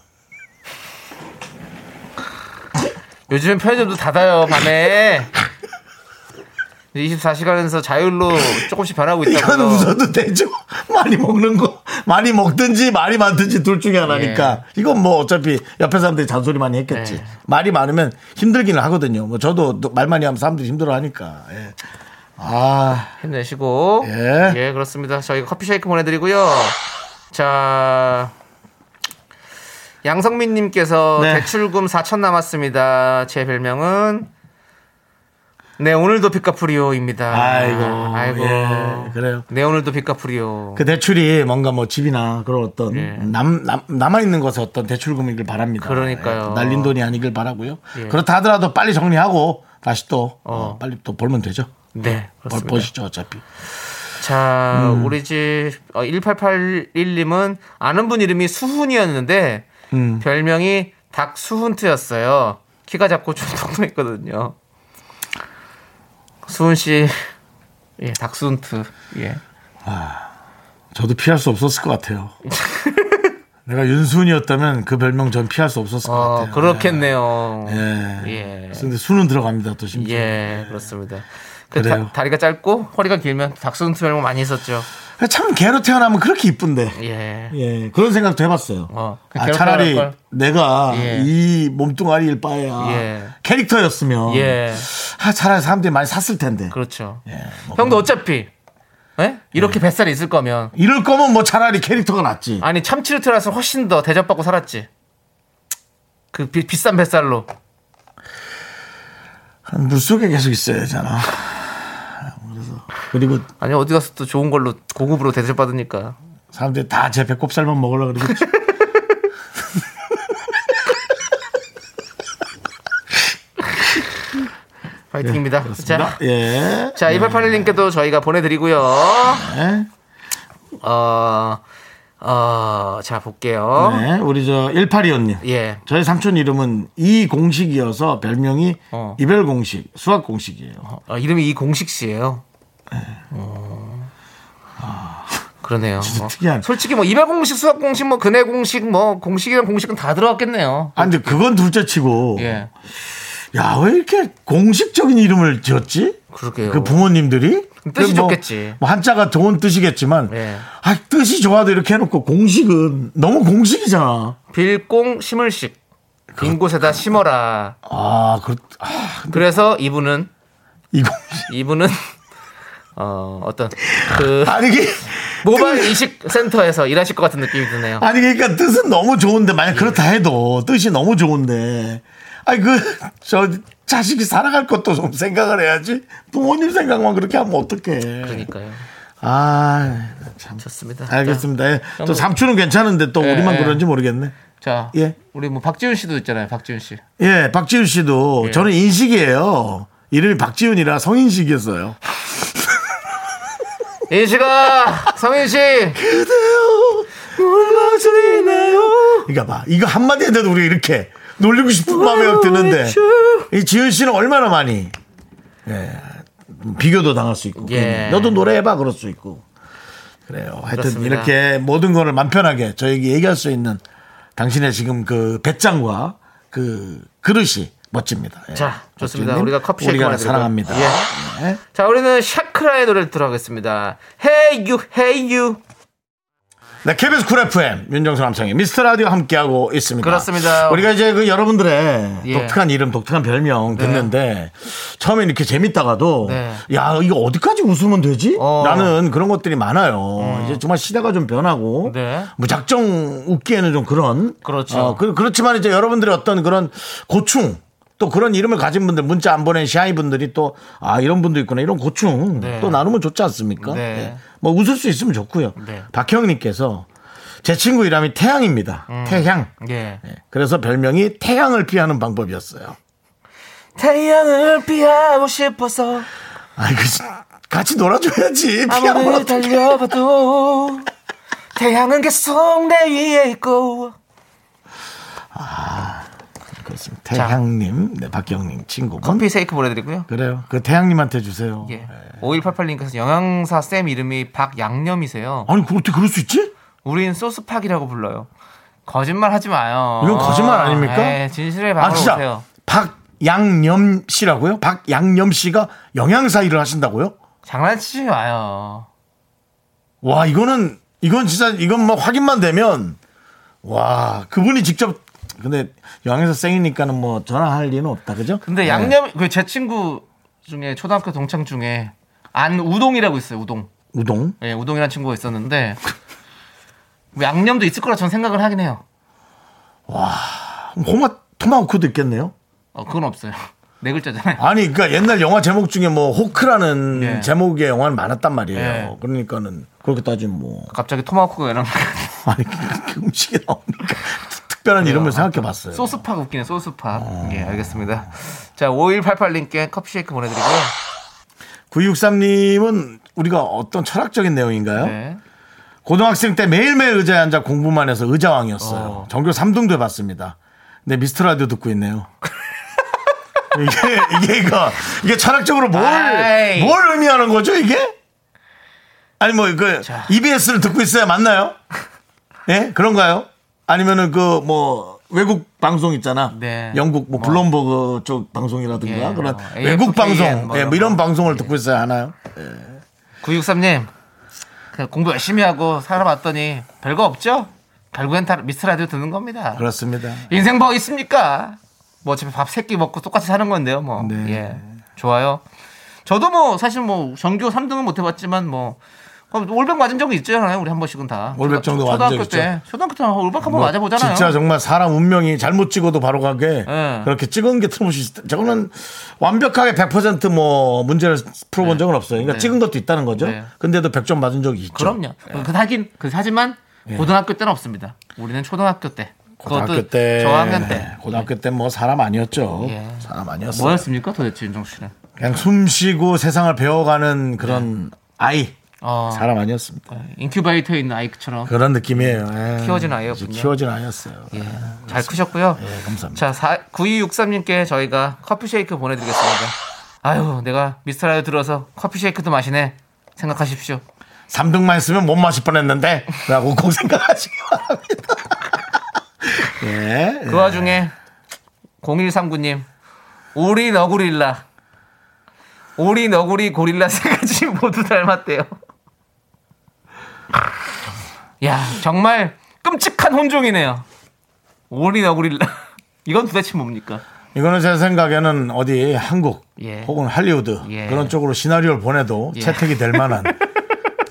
요즘엔 편의점도 닫아요 밤에 24시간에서 자율로 조금씩 변하고
이거는
있다고요
웃어도 되죠? 많이 먹는 거 많이 먹든지 말이 많든지 둘 중에 하나니까
예.
이건 뭐 어차피 옆에 사람들이 잔소리 많이 했겠지.
네.
말이 많으면 힘들기는 하거든요. 뭐 저도 또말 많이 하면 사람들이 힘들어하니까. 예. 아
힘내시고
예.
예 그렇습니다. 저희가 커피 쉐이크 보내드리고요. 자 양성민님께서
네.
대출금 4천 남았습니다. 제 별명은 네 오늘도 피카프리오입니다.
아이고,
아이고
예, 그래요.
네 오늘도 피카프리오.
그 대출이 뭔가 뭐 집이나 그런 어떤
예.
남, 남 남아 있는 것에 어떤 대출금이길 바랍니다.
그러니까요.
예, 날린 돈이 아니길 바라고요.
예.
그렇다 하더라도 빨리 정리하고 다시 또 어,
어.
빨리 또 벌면 되죠.
네
벌
그렇습니다.
보시죠 어차피.
자,
음.
우리 집 1881님은 아는 분 이름이 수훈이었는데
음.
별명이 닥수훈트였어요. 키가 작고 좀 통통했거든요. 수훈 씨, 예, 닥수훈트, 예.
저도 피할 수 없었을 것 같아요. 내가 윤순이었다면 그 별명 전 피할 수 없었을 것
어,
같아요. 네.
그렇겠네요.
예.
예.
근데 수는 들어갑니다 또 심지어.
예, 그렇습니다. 그
그래요.
다, 다리가 짧고 허리가 길면 닥수훈트 별명 많이 있었죠.
참 개로 태어나면 그렇게 이쁜데.
예.
예, 그런 생각도 해봤어요.
어,
아,
괴롭혀야
차라리
할 걸.
내가
예.
이 몸뚱아리일 바에야
예.
캐릭터였으면
예.
아, 차라리 사람들이 많이 샀을 텐데.
그렇죠.
예, 뭐
형도 어차피, 예? 이렇게 뱃살이 있을 거면
이럴 거면 뭐 차라리 캐릭터가 낫지.
아니 참치를 틀어서 훨씬 더 대접받고 살았지. 그 비, 비싼 뱃살로.
물속에 계속 있어야 되잖아. 그래서 그리고
아니 어디 가서 또 좋은 걸로 고급으로 대접받으니까.
사람들이 다 제 배꼽살만 먹으려고 그러겠지.
파이팅입니다. 자,
예.
자 2881님께도 저희가 보내드리고요.
네.
어, 어, 자 볼게요.
네, 우리 저 1825님.
어? 예.
저희 삼촌 이름은 이 공식이어서 별명이
어.
이별 공식, 수학 공식이에요.
어, 이름이 이공식 씨예요. 어. 그러네요. 뭐.
아. 특이한.
솔직히 뭐 이백 공식, 수학 공식, 뭐 근해 공식, 뭐 공식이랑 공식은 다 들어갔겠네요.
아, 근데 그건 둘째치고,
예,
야 왜 이렇게 공식적인 이름을 지었지?
그러게요. 음,
그 부모님들이
뜻이
그 뭐,
좋겠지.
뭐 한자가 좋은 뜻이겠지만,
예.
아 뜻이 좋아도 이렇게 해놓고 공식은 너무 공식이잖아.
빌공 심을식 빈 곳에다 심어라.
아, 그, 아,
그래서 이분은
이 공식.
이분은 어 어떤 그
아니 이게
모바일 이식 센터에서 일하실 것 같은 느낌이 드네요.
아니 그러니까 뜻은 너무 좋은데 만약 그렇다
예.
해도 뜻이 너무 좋은데 아니 그 저 자식이 살아갈 것도 좀 생각을 해야지 부모님 생각만 그렇게 하면 어떡해
그러니까요.
아참
좋습니다.
알겠습니다 예. 또
정말-
삼촌은 괜찮은데 또
예,
우리만
예.
그런지 모르겠네
자,
예.
우리 뭐 박지훈 씨도 있잖아요. 박지훈 씨.
예 박지훈 씨도
예.
저는 인식이에요 이름이 박지훈이라 성인식이었어요
인식아, 성인 씨.
그러니까 봐 이거 한마디 해도 우리 이렇게 놀리고 싶은 마음이 막 드는데 이 지은 씨는 얼마나 많이 예, 비교도 당할 수 있고
예.
괜히 너도 노래해봐 그럴 수 있고 그래요 하여튼
그렇습니다.
이렇게 모든 거를 맘 편하게 저에게 얘기할 수 있는 당신의 지금 그 배짱과 그 그릇이 멋집니다 예.
자, 좋습니다.
박지훈님,
우리가 커피 쉐이크
우리가
보내드리고요.
사랑합니다
예.
예.
자, 우리는 샤크라의 노래를 들어가겠습니다. Hey you, hey you.
네, KBS 쿨 FM 윤정수 남창희 미스터 라디오 함께하고 있습니다.
그렇습니다.
우리가 이제 그 여러분들의
예.
독특한 이름, 독특한 별명 듣는데 처음에 이렇게 재밌다가도
네.
야 이거 어디까지 웃으면 되지?
어.
라는 그런 것들이 많아요. 이제 정말 시대가 좀 변하고
네.
무작정 웃기에는 좀 그런
그렇죠.
어, 그, 그렇지만 이제 여러분들의 어떤 그런 고충 또 그런 이름을 가진 분들 문자 안 보낸 샤이 분들이 또 아 이런 분도 있구나 이런 고충
네.
또 나누면 좋지 않습니까?
네.
예. 뭐 웃을 수 있으면 좋고요.
네.
박형님께서 제 친구 이름이 태양입니다. 태양.
예.
예. 그래서 별명이 태양을 피하는 방법이었어요.
태양을 피하고 싶어서
아이 그 같이 놀아줘야지. 피하면
아무리 뭐, 네,
어떡해.
달려봐도 태양은 계속 내 위에 있고
그렇습니다. 태양님, 네, 박형님 친구분.
커피 세이크 보내드리고요
그래요. 그 태양님한테 주세요.
예.
예.
5188님께서 영양사 쌤 이름이 박양념이세요
아니 그 어떻게 그럴 수 있지?
우린 소스팍이라고 불러요 거짓말 하지 마요
이건 거짓말 아닙니까?
예, 진실의
아
방으로
진짜
오세요
박양념 씨라고요? 박양념 씨가 영양사 일을 하신다고요?
장난치지 마요
와 이거는 이건 진짜 이건 뭐 확인만 되면 와 그분이 직접 근데 양에서 생이니까는 뭐 전화할 리는 없다 그죠?
근데
네.
양념 그 제 친구 중에 초등학교 동창 중에 안 우동이라고 있어요. 우동.
우동
예, 우동이라는 친구가 있었는데 뭐 양념도 있을 거라 저는 생각을 하긴 해요.
호마 토마호크도 있겠네요.
어, 그건 없어요. 네 글자잖아요.
아니 그러니까 옛날 영화 제목 중에 뭐 호크라는
예.
제목의 영화는 많았단 말이에요.
예.
그러니까는 그렇게 따지면 뭐
갑자기 토마호크가 이런
아니 그 음식이 나오니까 특- 특별한 이름을 생각해봤어요.
소스팝 웃기네. 소스팝.
아.
예, 알겠습니다. 자, 5188님께 커피 쉐이크 보내 드리고요.
963님은 우리가 어떤 철학적인 내용인가요?
네.
고등학생 때 매일매일 의자에 앉아 공부만 해서 의자왕이었어요.
어.
전교 3등도 해봤습니다. 근데 미스터 라디오 듣고 있네요. 이게, 이게 이거, 이게 철학적으로 뭘,
아이.
뭘 의미하는 거죠, 이게? 아니, 뭐, 그, EBS를 듣고 있어야 맞나요? 예? 그런가요? 아니면은 그, 뭐, 외국 방송 있잖아.
네.
영국, 뭐,
뭐.
블룸버그 쪽 방송이라든가.
예,
그런
뭐,
외국
AFKN
방송.
뭐
예, 뭐
이런
이런
거.
방송을 듣고 있어야 하나요?
963님. 그 공부 열심히 하고 살아봤더니 별거 없죠? 결국엔 다 미스 라디오 듣는 겁니다.
그렇습니다.
인생 뭐 있습니까? 뭐 어차피 밥 세 끼 먹고 똑같이 사는 건데요, 뭐.
네.
예. 좋아요. 저도 뭐 사실 뭐 전교 3등은 못 해봤지만 뭐 어, 올백 맞은 적이 있잖아요. 우리 한 번씩은 다.
올백 정도
초등-
맞은
초등학교
적
때. 초등학교 때 올백 한 번
뭐
맞아보잖아요.
진짜 정말 사람 운명이 잘못 찍어도 바로 가게
예.
그렇게 찍은 게 틀림없이 있- 저거는 완벽하게 100%뭐 문제를 풀어본 적은 없어요. 그러니까
네.
찍은 것도 있다는 거죠.
네.
근데도 100점 맞은 적이 있죠. 예.
그럼요. 그 하긴 그 하지만 고등학교 때는 없습니다. 우리는 초등학교 때.
고등학교
그것도
때
저학년 때.
고등학교 때 뭐 사람 아니었죠.
예.
사람 아니었어요.
뭐였습니까 도대체 윤정수 씨는?
그냥 숨 쉬고 세상을 배워가는 그런 아이
네. 어,
사람 아니었습니다.
인큐베이터에 있는 아이크처럼
그런 느낌이에요. 예.
네. 키워진 아이였군요.
키워진 아이였어요.
예, 잘 크셨고요.
그, 예, 감사합니다.
자, 4, 9263님께 저희가 커피 쉐이크 보내드리겠습니다. 아유, 내가 미스터라디오 들어서 커피 쉐이크도 마시네. 생각하십시오.
3등만 했으면 못 마실 뻔했는데 라고 꼭 생각하시기 바랍니다. 예.
그 와중에 0139님, 오리 너구릴라. 오리 너구리 고릴라 세 가지 모두 닮았대요. 야, 정말 끔찍한 혼종이네요. 오리 너구릴라. 이건 도대체 뭡니까?
이거는 제 생각에는 어디 한국
예.
혹은 할리우드
예.
그런 쪽으로 시나리오를 보내도
예.
채택이 될 만한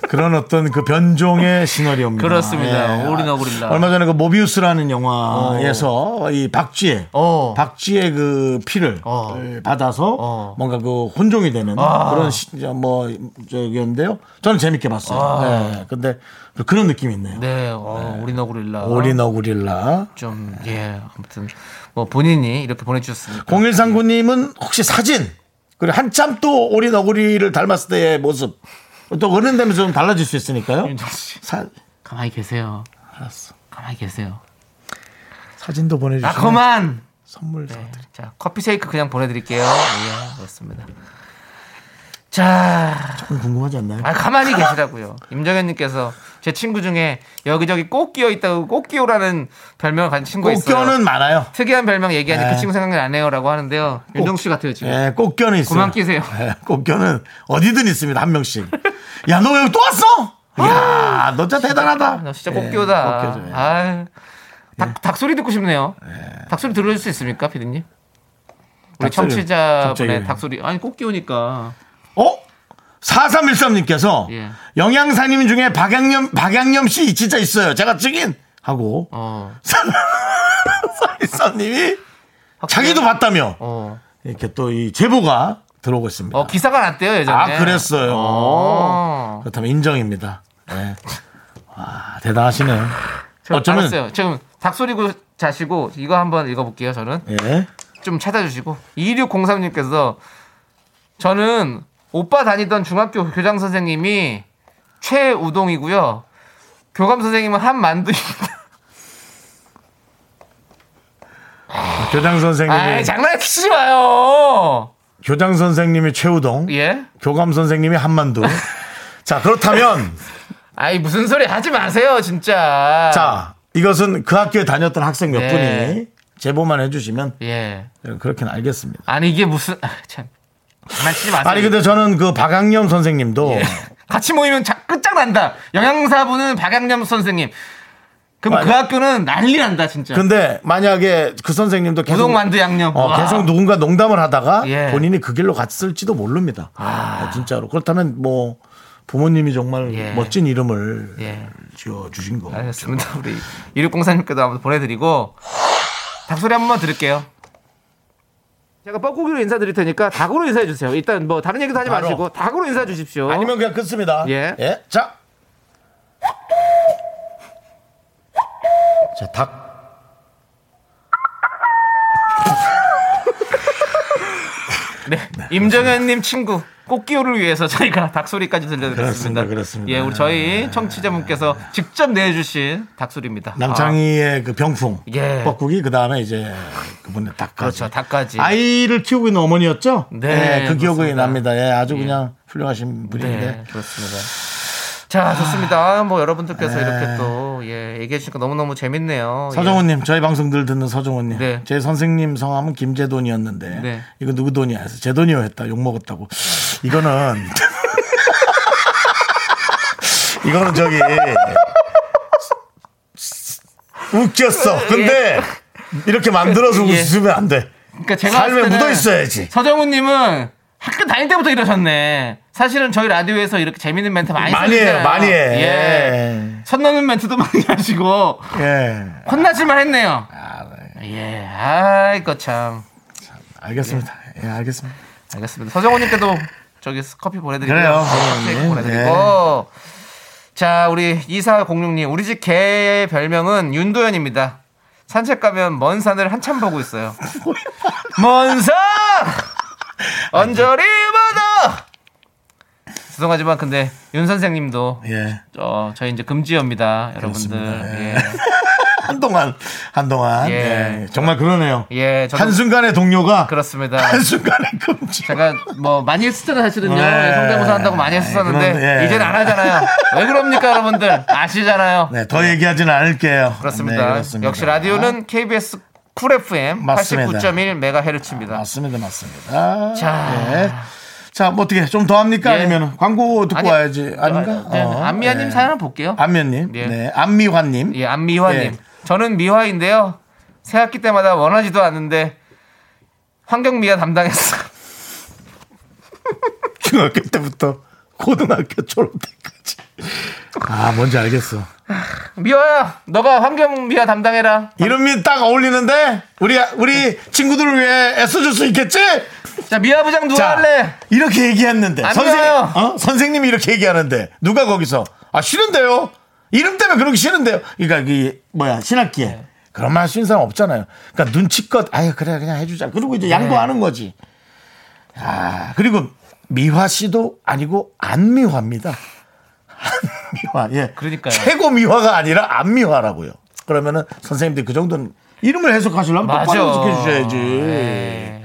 그런 어떤 그 변종의 시나리오입니다. 예.
그렇습니다. 올인하 고릴라.
얼마 전에 그 모비우스라는 영화에서 이 박쥐의
어.
박쥐의 그 피를
어.
받아서
어. 아.
뭔가 그 혼종이 되는 그런 시, 뭐 저기였는데요. 저는 재밌게 봤어요. 예. 근데 그런 느낌이 있네요.
아. 네, 어, 오리 너구릴라.
올인어 고릴라.
좀, 예, 아무튼, 뭐, 본인이 이렇게 보내주셨으니까.
0139님은 혹시 사진 그리고 한참 또 오린 어구리를 닮았을 때의 모습 또 어른되면서 좀 달라질 수 있으니까요.
윤정수 씨,
사,
가만히 계세요.
알았어.
가만히 계세요.
사진도 보내주시면
아, 그만!
선물
네, 자, 커피 쉐이크 그냥 보내드릴게요. 예, 그렇습니다. 자,
조금 궁금하지 않나요?
아, 가만히 계시라고요. 임정현님께서 제 친구 중에 여기저기 꼭 끼어 있다고 꼭 끼어라는 별명을 가진 친구가 있어요.
꽃견은 많아요.
특이한 별명 얘기하니
네.
그 친구 생각이 안 해요라고 하는데요. 윤정수 씨 같아요, 지금.
예, 꽃견은 있어요.
그만 끼세요.
예, 꽃견은 어디든 있습니다. 한 명씩. 야, 너 왜 또 왔어? 야, 너 진짜 대단하다.
나 아, 진짜 꼭
예,
끼우다.
꽃견이죠. 예.
아,
네.
닭, 닭 소리 듣고 싶네요. 닭 소리 들어줄 수 있습니까, 피디님? 우리
닭 소리,
청취자분의
갑자기.
닭 소리. 아니 꼭 끼우니까.
어? 4313님께서
예.
영양사님 중에 박양념, 박양념 씨 진짜 있어요. 제가 찍인! 하고
어.
사리사님이 자기도 봤다며
어.
이렇게 또 이 제보가 들어오고 있습니다.
어 기사가 났대요 예전에.
아 그랬어요.
어.
그렇다면 인정입니다. 네. 와 대단하시네요.
저
어쩌면-
알았어요. 지금 닭 소리고 자시고 이거 한번 읽어볼게요. 저는
예.
좀 찾아주시고 2603님께서 저는 오빠 다니던 중학교 교장 선생님이 최우동이고요. 교감 선생님은 한만두입니다.
교장 선생님이
아이 장난치지 마요.
교장 선생님이 최우동,
예?
교감 선생님이 한만두. 자 그렇다면
아이 무슨 소리 하지 마세요 진짜.
자 이것은 그 학교에 다녔던 학생 몇
아. 네.
분이 제보만 해주시면
예.
그렇게는 알겠습니다.
아니 이게 무슨 아, 참 장난치지 마세요. 예.
아니 근데 저는 그 박학념 선생님도
어. 같이 모이면 자, 끝장난다. 영양사부는 박양념 선생님. 그럼
맞아.
그 학교는 난리 난다, 진짜.
근데 만약에 그 선생님도 계속
우동만두 양념.
어,
와.
계속 누군가 농담을 하다가
예. 아.
본인이 그 길로 갔을지도 모릅니다. 어, 진짜로 그렇다면 뭐 부모님이 정말
예.
멋진 이름을
예.
지어 주신 거.
알겠습니다. 우리 1604님께도 한번 보내드리고 닭소리 한 번만 들을게요. 제가 뻐꾸기로 인사드릴 테니까 닭으로 인사해 주세요. 일단 뭐 다른 얘기도 하지
바로.
마시고 닭으로 인사해 주십시오.
아니면 그냥 끊습니다.
예.
자. 자, 닭.
네.
네,
임정현님 친구 꽃기호를 위해서 저희가 닭소리까지 들려드렸습니다.
그렇습니다, 그렇습니다. 네.
예, 우리 저희 청취자분께서 직접 내주신 닭소리입니다. 아,
남창희의 그 병풍.
예.
뻐꾸기 그다음에 이제 그분의 닭까지.
그렇죠. 닭까지.
아이를 키우고 있는 어머니였죠?
네,
예, 그 기억이
그렇습니다.
납니다. 예, 아주
예.
그냥 훌륭하신 분인데.
네, 그렇습니다. 자, 좋습니다. 뭐 여러분들께서 이렇게 또 예, 얘기해 주니까 너무너무 재밌네요.
네.
예.
서정훈님, 저희 방송들 듣는 서정훈님.
네.
제 선생님 성함은 김재돈이었는데,
네.
이거 누구 돈이야? 해서 제 돈이요 했다. 욕먹었다고. 이거는, 이거는 저기, 웃겼어. 근데, 이렇게 만들어서
예.
웃으면 안 돼.
그러니까 제가
삶에
봤을 때는
묻어 있어야지.
서정훈님은 학교 다닐 때부터 이러셨네. 사실은 저희 라디오에서 이렇게 재밌는 멘트 많이
많이 해요,
쓰시잖아요.
많이 해.
그러니까. 예. 선 넘는 멘트도 많이 하시고
예.
혼나실만 했네요.
아,
예, 아이거 참.
알겠습니다. 예, 알겠습니다.
알겠습니다. 서정훈님께도 저기 커피 보내드리고요.
그래요,
케이크
서정훈님. 네.
보내드리고. 자, 우리 2406님. 우리 집 개의 별명은 윤도현입니다. 산책 가면 먼 산을 한참 보고 있어요. 먼 산! 언저리 바다! 죄송하지만 근데 윤 선생님도
예.
어, 저희 이제 금지어입니다.
그렇습니다.
여러분들.
예. 한동안, 한동안.
예.
예. 정말 그러네요.
예. 예, 저도
한순간의 동료가
그렇습니다.
한순간에 금지.
제가 뭐 많이 했었잖아요 사실은요
네.
성대모사 한다고 많이 했었는데
그런데, 예.
이제는 안 하잖아요 왜 그럽니까 여러분들 아시잖아요
네, 더 얘기하진 않을게요.
그렇습니다.
네, 그렇습니다.
역시 라디오는 KBS 쿨 FM
맞습니다. 아,
89.1MHz입니다
맞습니다, 맞습니다.
자.
네. 자, 뭐 어떻게 좀 더 합니까?
예. 네,
아니면 광고 듣고 와야지. 아닌가? 어,
안미아님
예.
사연 한번 볼게요
안면님,
예.
네, 안미환님,
예, 안미화님
예.
저는 미화인데요 새학기 때마다 원하지도 않는데 환경미화 담당했어
중학교 때부터 고등학교 졸업 때까지. 아, 뭔지 알겠어.
미화야 너가 환경미화 담당해라
이름이 딱 어울리는데 우리 우리 친구들을 위해 애써줄 수 있겠지?
자 미화 부장 누가 할래
이렇게 얘기했는데
안
선생님,
돼요.
어? 선생님이 이렇게 얘기하는데 누가 거기서 아 싫은데요? 이름 때문에 그렇게 싫은데요? 그러니까 이 뭐야 신학기에
네.
그런 말 하시는 사람 없잖아요. 그러니까 눈치껏 아유 그래 그냥 해주자. 그리고
네.
이제 양보하는 거지. 아 그리고 미화 씨도 아니고 안미화입니다. 안미화 예.
그러니까요.
최고 미화가 아니라 안미화라고요. 그러면은 선생님들이 그 정도는 이름을 해석하시려면 똑바로
맞아.
해석해 주셔야지.
네.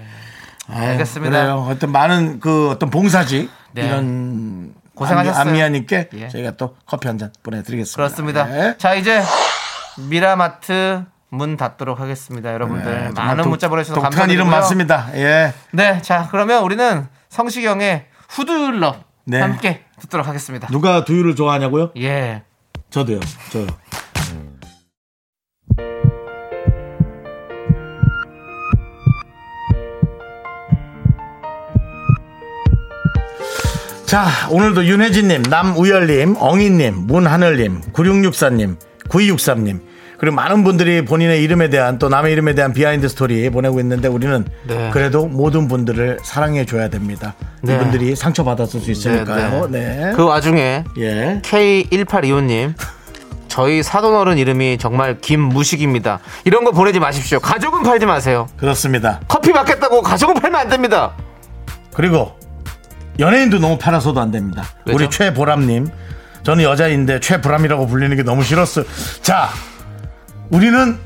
아유,
알겠습니다.
그래요. 어떤 많은 그 어떤 봉사지
네.
이런
고생하셨어요.
안미- 안미아님께
예.
저희가 또 커피 한 잔 보내드리겠습니다.
그렇습니다.
예.
자 이제 미라마트 문 닫도록 하겠습니다, 여러분들.
네, 정말
많은
독-
문자 보내주셔서
독특한 이름
감사드리고요.
많습니다. 예.
네, 자 그러면 우리는 성시경의 후들럽
네.
함께 듣도록 하겠습니다.
누가 두유를 좋아하냐고요?
예.
저도요. 저요. 자, 오늘도 윤혜진님, 남우열님, 엉이님, 문하늘님, 9664님, 9263님, 그리고 많은 분들이 본인의 이름에 대한 또 남의 이름에 대한 비하인드 스토리 보내고 있는데 우리는
네.
그래도 모든 분들을 사랑해줘야 됩니다.
네.
이분들이 상처받았을 수 있으니까요. 네.
그 와중에
예.
K1825님. 저희 사돈어른 이름이 정말 김무식입니다. 이런 거 보내지 마십시오. 가족은 팔지 마세요.
그렇습니다.
커피 받겠다고 가족은 팔면 안 됩니다.
그리고 연예인도 너무 팔아서도 안 됩니다.
왜죠?
우리 최보람님, 저는 여자인데 최보람이라고 불리는 게 너무 싫었어요. 자, 우리는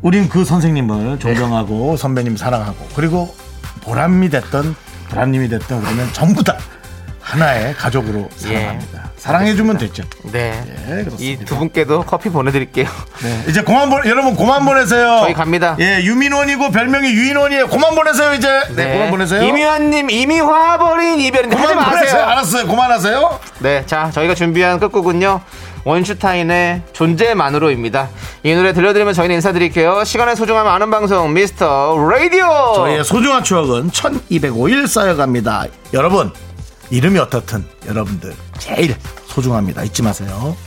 우린 그 선생님을 존경하고
네.
선배님 사랑하고 그리고 보람이 됐던 보람님이 됐던 우리는 전부 다 하나의 가족으로
예.
살아갑니다. 사랑해주면 됐죠.
네.
예, 그렇습니다.
이 두 분께도 커피 보내드릴게요.
네. 이제 고만 보 여러분 고만 보내세요.
저희 갑니다.
예, 유민원이고 별명이 유인원이에요. 고만 보내세요 이제. 네, 고만 보내세요.
이미환님 이미 화버린 이별인데 하지
고만 보내세요.
마세요.
알았어요. 고만하세요.
네, 자 저희가 준비한 끝곡은요 원슈타인의 존재만으로입니다. 이 노래 들려드리면 저희는 인사드릴게요. 시간의 소중함 아는 방송 미스터 라디오.
저희의 소중한 추억은 1205일 쌓여갑니다. 여러분, 이름이 어떻든 여러분들 제일 소중합니다. 잊지 마세요.